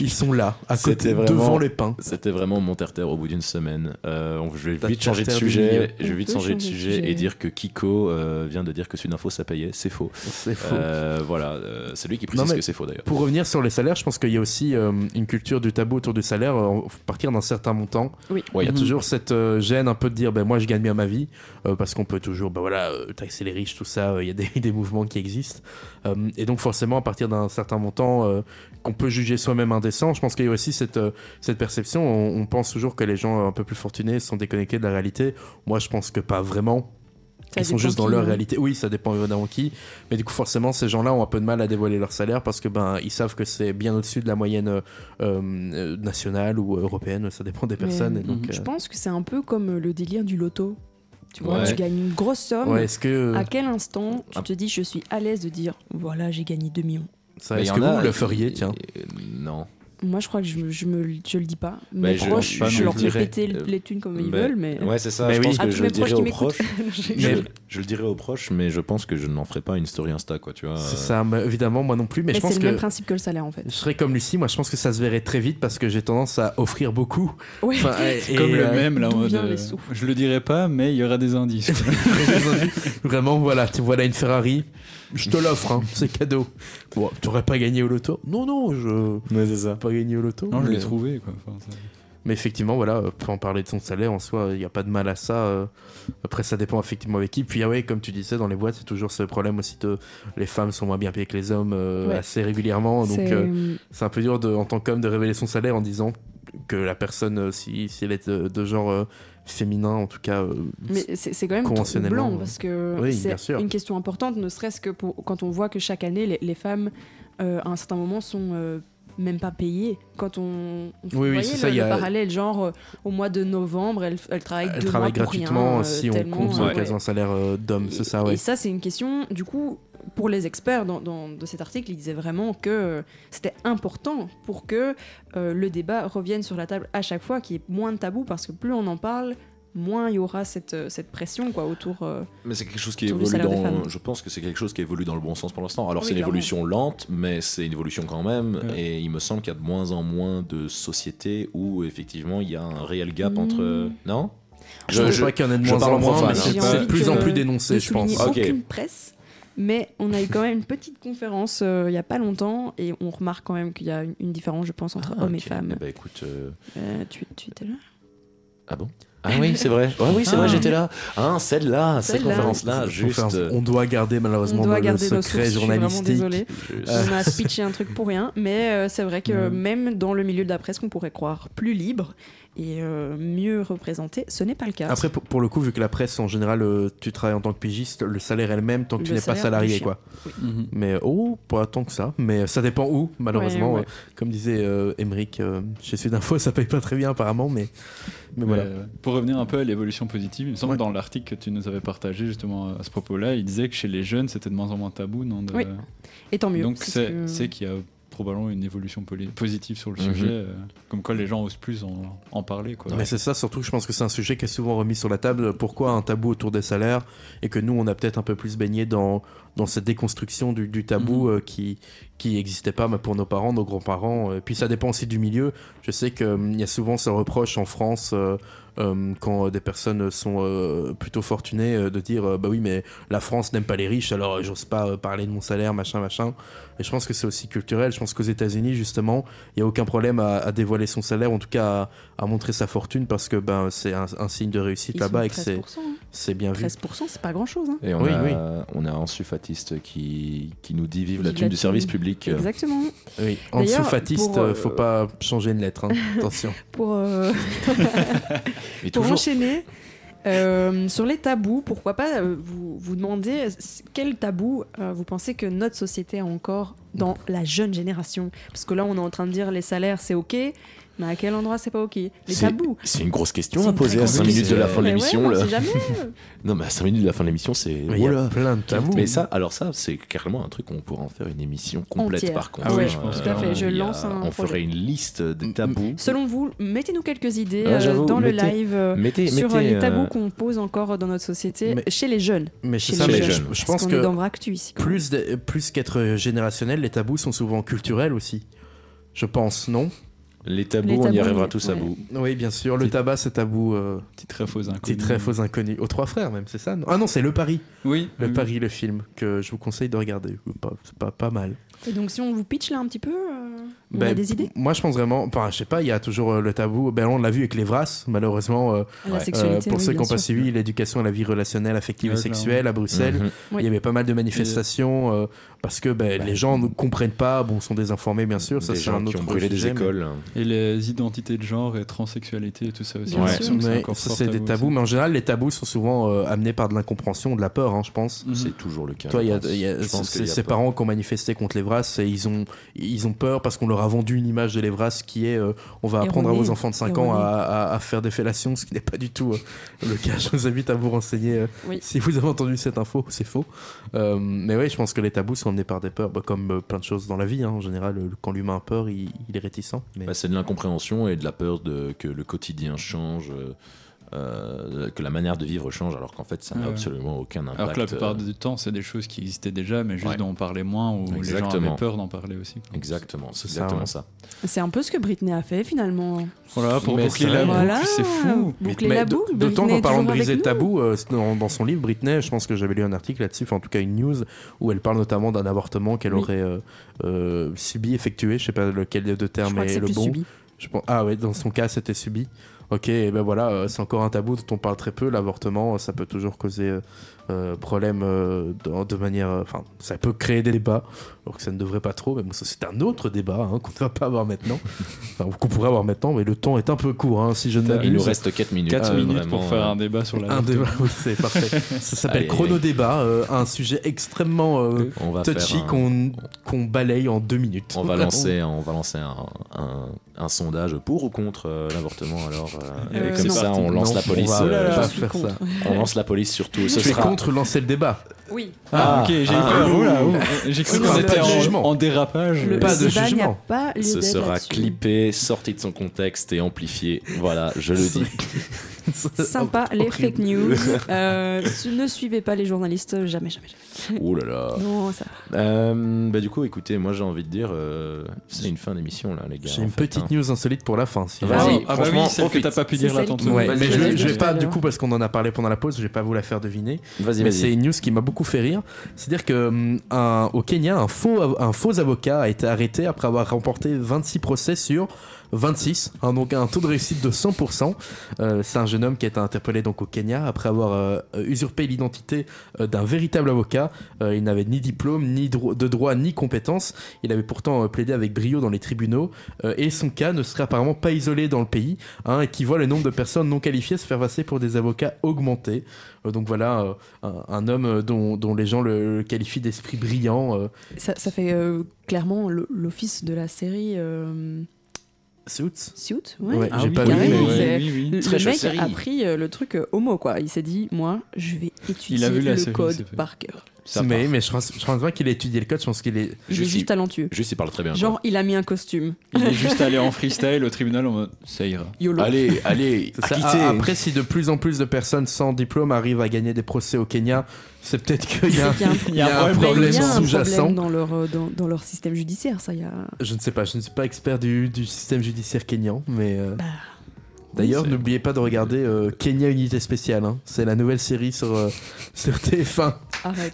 ils sont là, à côté,
C'était vraiment-
devant les pains.
C'était vraiment mon terre-terre au bout d'une semaine. Euh, on- je vais
Ta
vite changer de
terre-terre du milieu.
sujet. Je vais
On
vite
peut
changer de
changer de
sujet et
sujet.
dire que Kiko euh, vient de dire que Sudinfo ça payait. C'est faux.
C'est faux.
Euh, voilà, euh, c'est lui qui précise
Non, mais-
que c'est faux d'ailleurs.
Pour revenir sur les salaires, je pense qu'il y a aussi euh, une culture du tabou autour du salaire. euh, à partir d'un certain montant,
Oui.
il y a
Mhm.
toujours cette euh, gêne un peu de dire ben, moi je gagne bien ma vie, euh, parce qu'on peut toujours ben, voilà, euh, taxer les riches, tout ça. euh, Il y a des, des mouvements qui existent. Euh, et donc, forcément, à partir d'un certain montant euh, qu'on peut juger soi-même indécent, je pense qu'il y a aussi cette, euh, cette perception. On, on pense toujours que les gens un peu plus fortunés sont déconnectés de la réalité. Moi, je pense que pas vraiment.
Ça
Ils sont
dépend
juste dans
qui,
leur
hein.
réalité. Oui, ça dépend évidemment qui. Mais du coup, forcément, ces gens-là ont un peu de mal à dévoiler leur salaire parce que ben ils savent que c'est bien au-dessus de la moyenne euh, euh, nationale ou européenne. Ça dépend des
Mais,
personnes. et donc,
mhm,
euh,
Je pense que c'est un peu comme euh, le délire du loto. Tu vois,
Ouais.
tu gagnes une grosse somme.
ouais, est-ce que
À quel instant tu
Ah.
te dis je suis à l'aise de dire voilà j'ai gagné 2 millions
ça,
Mais
est-ce
il y
que
en a-
vous le feriez Tiens,
Euh, Non.
Moi je crois que je, me- je me je le dis pas.
Bah,
Mes
je-
proches
pas
je,
non
leur
plus.
fais péter
Euh,
les thunes comme ils
bah,
veulent mais Ah,
Ouais, c'est ça.
Mais
je
oui.
pense
à
que
tous
je
mes
le
proches
dirai
qui
aux
m'écoutent.
proches.
je-
Je,
Mais-
je le dirai aux proches, mais je pense que je n'en ferai pas une story Insta, quoi, tu vois.
c'est
Euh,
ça. mais Évidemment, moi non plus. Mais,
Mais
je pense
c'est le
que
même principe que le salaire en fait.
je serais comme Lucie. Moi, je pense que ça se verrait très vite parce que j'ai tendance à offrir beaucoup.
Ouais.
Enfin, et-
Comme
et,
le
euh,
même, là, en
d'où
mode.
viennent les
euh,
sous
je le dirai pas, mais il y aura des indices. quoi.
Vraiment, voilà, tu voilà une Ferrari. Je te l'offre, hein, c'est cadeau. Bon, t'aurais pas gagné au loto Non, non, je.
Ouais, c'est ça.
pas gagné au loto.
non, je
mais-
l'ai trouvé, quoi. Enfin, ça-
Mais effectivement, voilà, euh, pour en parler de son salaire, en soi, il n'y a pas de mal à ça. euh. Après, ça dépend effectivement avec qui. Puis, ah ouais, comme tu disais, dans les boîtes, c'est toujours ce problème aussi de les femmes sont moins bien payées que les hommes euh,
Ouais.
assez régulièrement. Donc,
C'est-
euh, c'est un peu dur de, en tant qu'homme de révéler son salaire en disant que la personne, euh, si, si elle est de, de genre euh, féminin, en tout cas, euh,
Mais c'est c'est quand même
Conventionnellement, euh,
troublant parce que
oui, bien
c'est
sûr.
une question importante, ne serait-ce que pour, quand on voit que chaque année, les, les femmes, euh, à un certain moment, sont euh, même pas payées. Quand on, on
Oui, oui,
voyez
c'est
le,
ça, il y
le
a-
parallèle, genre euh, au mois de novembre, elles, elles travaillent
elle
deux
travaille
mois pour rien,
gratuitement
euh,
si on
tellement,
compte sur
euh,
le cas
ouais.
d'un salaire euh, d'homme, c'est ça, ouais.
Et ça, c'est une question, du coup, pour les experts dans, dans- de cet article, ils disaient vraiment que euh, c'était important pour que euh, le débat revienne sur la table à chaque fois, qu'il y ait moins de tabous, parce que plus on en parle, moins il y aura cette, euh, cette pression quoi, autour. euh,
Mais c'est quelque chose qui
Autour du
évolue
salaire des
dans.
femmes.
Je pense que c'est quelque chose qui évolue dans le bon sens pour l'instant. Alors
Oui,
c'est une
clairement.
évolution lente, mais c'est une évolution quand même.
Ouais.
Et il me semble qu'il y a de moins en moins de sociétés où effectivement il y a un réel gap
Hmm.
entre. Non
Je pense pas qu'il y en ait de
je
moins
parle
en
en
moins,
profane,
mais
hein.
c'est
J'ai
c'est de
envie
plus
que-
en plus
de
dénoncé, je pense.
souligner
pense. Ok.
aucune presse. Mais on a eu quand même une petite conférence euh, il y a pas longtemps et on remarque quand même qu'il y a une, une différence, je pense, entre
Ah,
hommes et
ok. Eh
femmes.
ben, écoute. euh,
Euh, tu, tu étais là
Ah bon Ah oui, c'est vrai. Ouais, oui, c'est
Ah.
vrai, j'étais là. Hein, celle-là, cette
Celle-là.
conférence-là,
Cette
juste.
conférence,
euh,
On doit garder malheureusement
On doit
le
garder nos
secret
sources, je suis vraiment
journalistique.
désolée.
juste-
On a speeché un truc pour rien, mais euh, c'est vrai que
Ouais.
même dans le milieu de la presse qu'on pourrait croire plus libre et euh, mieux représenté, ce n'est pas le cas.
Après, pour, pour le coup, vu que la presse en général, euh, tu travailles en tant que pigiste, le salaire elle-même, tant que tu
Le
n'es pas
salaire,
salarié,
c'est
quoi.
Mhm.
Mais oh, pas tant que ça. Mais ça dépend où, malheureusement.
Ouais, ouais.
Euh, Comme disait euh, Emeric, euh, chez Sudinfo, ça paye pas très bien apparemment, mais, mais voilà.
Mais, euh, pour revenir un peu à l'évolution positive, il me semble
Ouais.
dans l'article que tu nous avais partagé justement à ce propos-là, il disait que chez les jeunes c'était de moins en moins tabou, non de-
Oui, et tant mieux.
Donc
parce
c'est
que-
c'est qu'il y a probablement une évolution poli- positive sur le
Mhm.
sujet, euh, comme quoi les gens osent plus en, en parler. Quoi.
Mais c'est ça, surtout que je pense que c'est un sujet qui est souvent remis sur la table. Pourquoi un tabou autour des salaires Et que nous, on a peut-être un peu plus baigné dans, dans cette déconstruction du, du tabou euh, qui, qui n'existaient pas mais pour nos parents, nos grands-parents. euh, Et puis ça dépend aussi du milieu. Je sais qu'il y a souvent ce reproche en France euh, euh, quand des personnes sont euh, plutôt fortunées euh, de dire euh, bah oui mais la France n'aime pas les riches alors euh, j'ose pas euh, parler de mon salaire machin machin. Et je pense que c'est aussi culturel. Je pense qu'aux États-Unis justement il y a aucun problème à, à dévoiler son salaire, en tout cas à, à montrer sa fortune parce que ben c'est un, un signe de réussite là-bas et que c'est
13%, hein.
c'est bien vu.
13%, c'est pas grand-chose. hein.
Et on,
Oui,
a,
oui.
on a un suffatiste qui, qui nous dit vive la
Vive
thune
la
du
thune.
service public. euh,
Exactement.
Oui. En dessous
D'ailleurs,
fatiste,
pour, euh,
euh, faut pas changer une lettre. hein. Attention.
Pour, euh,
et
pour
toujours-
enchaîner, euh, sur les tabous, pourquoi pas euh, vous, vous demander s- quel tabou euh, vous pensez que notre société a encore dans la jeune génération Parce que là, on est en train de dire les salaires, c'est OK, mais à quel endroit c'est pas OK Les
C'est-
tabous
C'est une grosse question
C'est
à
une
poser
très
à
grosse
5 minutes de
question.
la fin de
Mais ouais,
l'émission.
on
là.
sait jamais. euh.
non, mais à 5 minutes de la fin de l'émission, c'est.
Mais il y
Oula.
a plein de tabous.
Mais ça, alors ça, c'est carrément un truc qu'on pourrait en faire une émission complète
Entière.
par contre.
Ah oui,
hein,
je pense
euh,
Tout à fait,
je
il y a-
lance un
On
projet.
ferait une liste des
Mm,
tabous.
Selon vous, mettez-nous quelques
Ah,
idées
Ouais,
euh,
j'avoue,
dans le
mettez-
live. euh,
Mettez,
sur euh,
mettez,
les
euh,
tabous qu'on pose encore dans notre société,
mais-
chez les jeunes.
Mais c'est
Chez
ça,
les
mais
jeunes.
je, je
Je
pense
qu'on est
que
dans Vractu ici. quand même.
plus, de- plus qu'être générationnel, les tabous sont souvent culturels aussi. Je pense, non
les tabous,
les
on y
tabous,
arrivera
ouais.
tous à bout.
Oui, bien sûr. Le
C'est-
tabac, c'est tabou. Euh,
Petit très faux inconnu.
c'est très faux inconnu. Aux trois frères, même, c'est ça non Ah non, c'est Le Paris.
Oui.
Le
oui.
Paris, le film, que je vous conseille de regarder. Ou pas- C'est pas, pas mal.
Et donc si on vous pitch là un petit peu, euh, on a
Ben,
des idées
Moi, je pense vraiment. Enfin, je sais pas, il y a toujours euh, le tabou. Ben, on l'a vu avec les Vras, malheureusement. euh,
à la
ouais.
sexualité.
euh, pour
oui,
ceux qui
bien
ont pas
sûr.
suivi l'éducation à la vie relationnelle, affective et
Ouais,
sexuelle à Bruxelles.
Mhm.
Oui.
Il y avait pas mal de manifestations euh, parce que ben,
Bah.
les gens ne comprennent pas, bon, sont désinformés bien sûr, ça
des
c'est
gens
un
qui
autre
ont brûlé des
sujet, mais-
écoles.
Et les identités de genre et transsexualité et tout ça aussi.
Bien
j'ai
Ouais.
l'impression que
Ouais,
encore
ça
fort
c'est des
tabou
tabous,
aussi.
mais en général les tabous sont souvent euh, amenés par de l'incompréhension, de la peur, hein, je pense.
Mhm.
C'est toujours le cas.
Toi, il y a,
je pense.
il y a-
Je pense
c'est
qu'il y a
ses
pas-
parents qui ont manifesté contre les Vras et ils ont, ils ont peur parce qu'on leur a vendu une image de les Vras qui est euh, on va apprendre à
Erronée.
vos enfants de 5 ans à, à- à faire des fellations, ce qui n'est pas du tout euh, le cas. Je vous invite à vous renseigner. euh,
Oui.
Si vous avez entendu cette info, c'est faux. Euh, mais oui, je pense que les tabous sont emmenés par des peurs, bah, comme euh, plein de choses dans la vie. hein. en général, euh, quand l'humain a peur, il, il est réticent. Mais...
Bah, c'est de l'incompréhension et de la peur de, que le quotidien change, euh, euh, que la manière de vivre change, alors qu'en fait, ça n'a
Ouais.
absolument aucun impact.
Alors que la plupart
euh,
du temps, c'est des choses qui existaient déjà, mais juste
Ouais.
dont on parlait moins, ou les gens
Exactement.
avaient peur d'en parler aussi. quoi.
Exactement, c'est
C'est ça,
exactement
ouais.
ça.
C'est un peu ce que Britney a fait finalement.
Voilà, pour
Mais c'est
boucler
vrai.
la boucle,
Voilà.
c'est fou.
Boucler
Mais
la
d-
boucle.
D'autant
Britney
qu'en
est
parlant de
toujours
briser
avec
le tabou, euh, dans, dans son livre, Britney, je pense que j'avais lu un article là-dessus, enfin en tout cas une news, où elle parle notamment d'un avortement qu'elle
Oui.
aurait euh, euh, subi, effectué, je sais pas lequel des deux
nous. Je
termes
crois que
est
c'est
le
plus
bon.
subi.
Je pense... Ah ouais, dans son cas, c'était subi. Ok, et ben voilà, euh, c'est encore un tabou dont on parle très peu. L'avortement, euh, ça peut toujours causer euh, euh, problème euh, de, de manière. euh, Enfin, ça peut créer des débats, alors que ça ne devrait pas trop. Mais bon, ça, c'est un autre débat hein, qu'on ne va pas avoir maintenant. enfin, qu'on pourrait avoir maintenant, mais le temps est un peu court, hein, si je ne
Il
Il nous
m'abuse.
reste 4 minutes.
4
euh,
minutes
vraiment,
pour faire
euh,
un débat sur la
Un
boucle.
débat, oui, c'est parfait. Ça s'appelle
Allez.
chrono-débat, euh, un sujet extrêmement euh,
on va faire
touchy
un-
qu'on qu'on balaye en deux minutes.
On va lancer, on va lancer un, un- un sondage pour ou contre euh, l'avortement. Alors, euh,
Euh,
et comme
non.
ça, on lance
Non, oh
la police.
On va
euh,
pas
je suis
faire
contre.
ça.
on lance la police surtout. Ce
Tu es
sera
contre lancer le débat.
Oui.
Ah, ok, j'ai eu
ah,
peur.
ouh.
Oula, ouh. J'ai cru
Oui,
qu'on
mais
était
pas de
en,
jugement.
en dérapage. Ah
Le
Pas de
débat n'y a
jugement.
pas lieu
Ce
d'être
sera
là-dessus.
clippé, sorti de son contexte et amplifié. Voilà, je le dis.
Sympa les fake
Horrible.
news. Euh, su- ne suivez pas les journalistes, jamais, jamais, jamais.
Oh là là.
Non, ça. va.
Euh, bah du coup, écoutez, moi j'ai envie de dire, euh, c'est une fin d'émission là, les gars.
J'ai
en
une
fait,
petite
hein.
news insolite pour la fin. si-
Ah,
Vas-y,
ah bah
franchement,
oui, celle que
profite.
t'as pas pu
C'est
dire là
celle
tantôt.
qui-
Ouais,
Vas-y,
mais je,
vas-y,
je vais
vas-y.
pas, du coup, parce qu'on en a parlé pendant la pause, je vais pas vous la faire deviner.
Vas-y,
Mais
vas-y.
c'est une news qui m'a beaucoup fait rire. C'est-à-dire que hum, un- au Kenya, un faux, av- un faux avocat a été arrêté après avoir remporté 26 procès sur 26, hein, donc un taux de réussite de 100%. Euh, c'est un jeune homme qui a été interpellé donc au Kenya après avoir euh, usurpé l'identité euh, d'un véritable avocat. Euh, il n'avait ni diplôme, ni dro- de droit, ni compétences. Il avait pourtant euh, plaidé avec brio dans les tribunaux euh, et son cas ne serait apparemment pas isolé dans le pays, hein, et qui voit le nombre de personnes non qualifiées se faire passer pour des avocats augmentés. Euh, donc voilà. euh, un, un homme euh, dont, dont les gens le, le qualifient d'esprit brillant. euh.
Ça, ça fait euh, clairement le- l'office de la série euh, Suits. ouais.
Ouais, j'ai pas
oui,
vu.
carrément,
mais-
c'est-
Ah oui,
Le,
Très
le
chouette
mec
série.
a pris euh, le truc euh, homo, quoi. Il s'est dit, moi, je vais étudier
vu la
le
série, c'est
code
fait.
par cœur.
Ça
mais,
part.
mais je pense, je pense pas qu'il ait étudié le code, je pense qu'il est.
Il est
Juste,
juste talentueux.
il- juste, il parle très bien. quoi.
Genre, il a mis un costume.
Il est juste allé en freestyle au tribunal en mode ça ira.
YOLO.
Allez, allez,
C'est ça.
acquittez.
A- Après, si de plus en plus de personnes sans diplôme arrivent à gagner des procès au Kenya, c'est peut-être qu'il y a,
C'est qu'il y a un
il y a un
Mais
problème
il y a un
sous-jacent.
problème dans leur, euh, dans, dans leur système judiciaire, ça y a.
Je ne sais pas, je ne suis pas expert du, du système judiciaire kenyan, mais. euh,
Bah,
D'ailleurs,
c'est-
n'oubliez pas de regarder euh, Kenya Unité Spéciale. hein. C'est la nouvelle série sur, euh, sur TF1.
Arrête.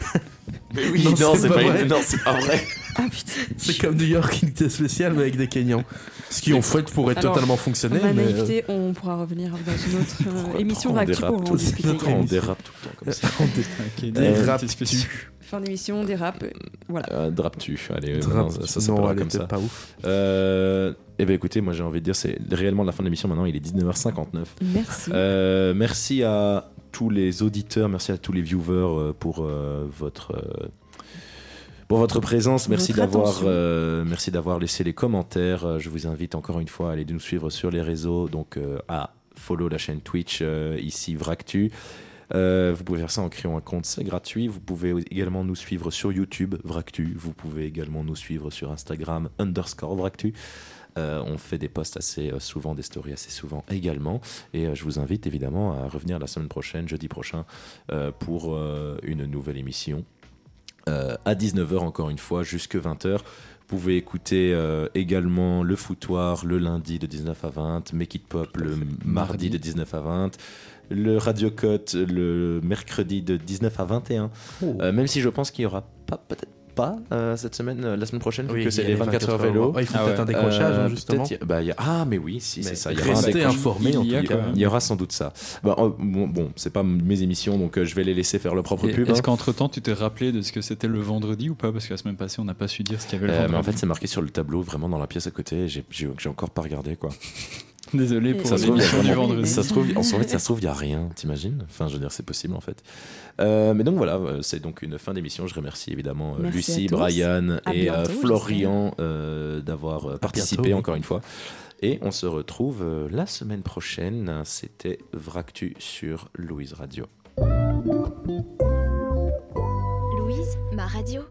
Mais oui,
Non,
non,
c'est
c'est
pas
pas,
vrai.
non, c'est pas vrai.
Ah putain.
C'est comme New York Unité Spéciale, mais avec des Kenyans. Ce qui, en fait, pourrait
Alors,
totalement fonctionner.
Ma
mais, euh,
naïveté, on pourra revenir dans une autre euh,
Pourquoi-
émission
pourquoi on
Ractu
dérape tout
pour en
le temps
discuter.
Pourquoi on dérape tout le temps comme ça
on dé-
Ok,
Des
des
rap
rapides spéciaux.
Fin d'émission, des raps. euh, Voilà.
Euh, Drape-tu, allez, euh,
Drap-
non, ça, ça
non,
s'appellera
elle
comme
était
ça.
pas ouf.
Euh, eh bien écoutez, moi j'ai envie de dire, c'est réellement la fin de l'émission maintenant, il est 19h59.
Merci.
Euh, merci à tous les auditeurs, merci à tous les viewers euh, pour euh, votre euh, pour votre présence. Merci
Votre
d'avoir
attention.
euh, merci d'avoir laissé les commentaires. Euh, Je vous invite encore une fois à aller nous suivre sur les réseaux, donc euh, à follow la chaîne Twitch euh, ici Vractu. Euh, vous pouvez faire ça en créant un compte, c'est gratuit. Vous pouvez également nous suivre sur YouTube, Vractu. Vous pouvez également nous suivre sur Instagram, underscore Vractu. Euh, on fait des posts assez euh, souvent, des stories assez souvent également. Et euh, je vous invite évidemment à revenir la semaine prochaine, jeudi prochain, euh, pour euh, une nouvelle émission. Euh, à 19h encore une fois, jusque 20h. Vous pouvez écouter euh, également Le Foutoir le lundi de 19 à 20, Make It Pop le mardi
Mardi.
de 19 à 20, le Radio Cote le mercredi de 19 à 21. Euh, même si je pense qu'il y aura pas, peut-être pas euh, cette semaine, euh, la semaine prochaine, vu
Oui,
que c'est
il y a
les 24 heures vélo.
Ouais, Oh, il faut
Ah
peut-être
ouais.
un décrochage, hein,
Euh,
justement.
peut-être y a- bah, y a- ah, mais oui, si, c'est ça. Il y, aura un
Restez
décrochage.
informés, en
Il y a
tout
quand
cas.
même.
Il y aura sans doute ça. Bah, oh, bon, bon, c'est pas m- mes émissions, donc euh, je vais les laisser faire leur propre
Et
pub.
Est-ce
hein.
qu'entre temps tu t'es rappelé de ce que c'était le vendredi ou pas Parce que la semaine passée on n'a pas su dire ce qu'il y avait le
Euh, mais en
vendredi.
fait, c'est marqué sur le tableau, vraiment dans la pièce à côté. et J'ai j'ai- j'ai encore pas regardé quoi.
Désolé
Et-
pour
Ça se trouve, il y a
l'émission du
vraiment-
vendredi.
Ça se trouve, en fait, ça se trouve, il y a rien. T'imagines Enfin, je veux dire, c'est possible en fait. Euh, mais donc voilà, euh, c'est donc une fin d'émission. Je remercie évidemment euh,
Merci
Lucie,
à tous.
Brian
À
et
bientôt,
euh,
j'espère.
Florian euh, d'avoir euh, participé
bientôt, oui.
encore une fois. Et on se retrouve euh, la semaine prochaine. C'était Vractu sur Louise Radio.
Louise, ma radio.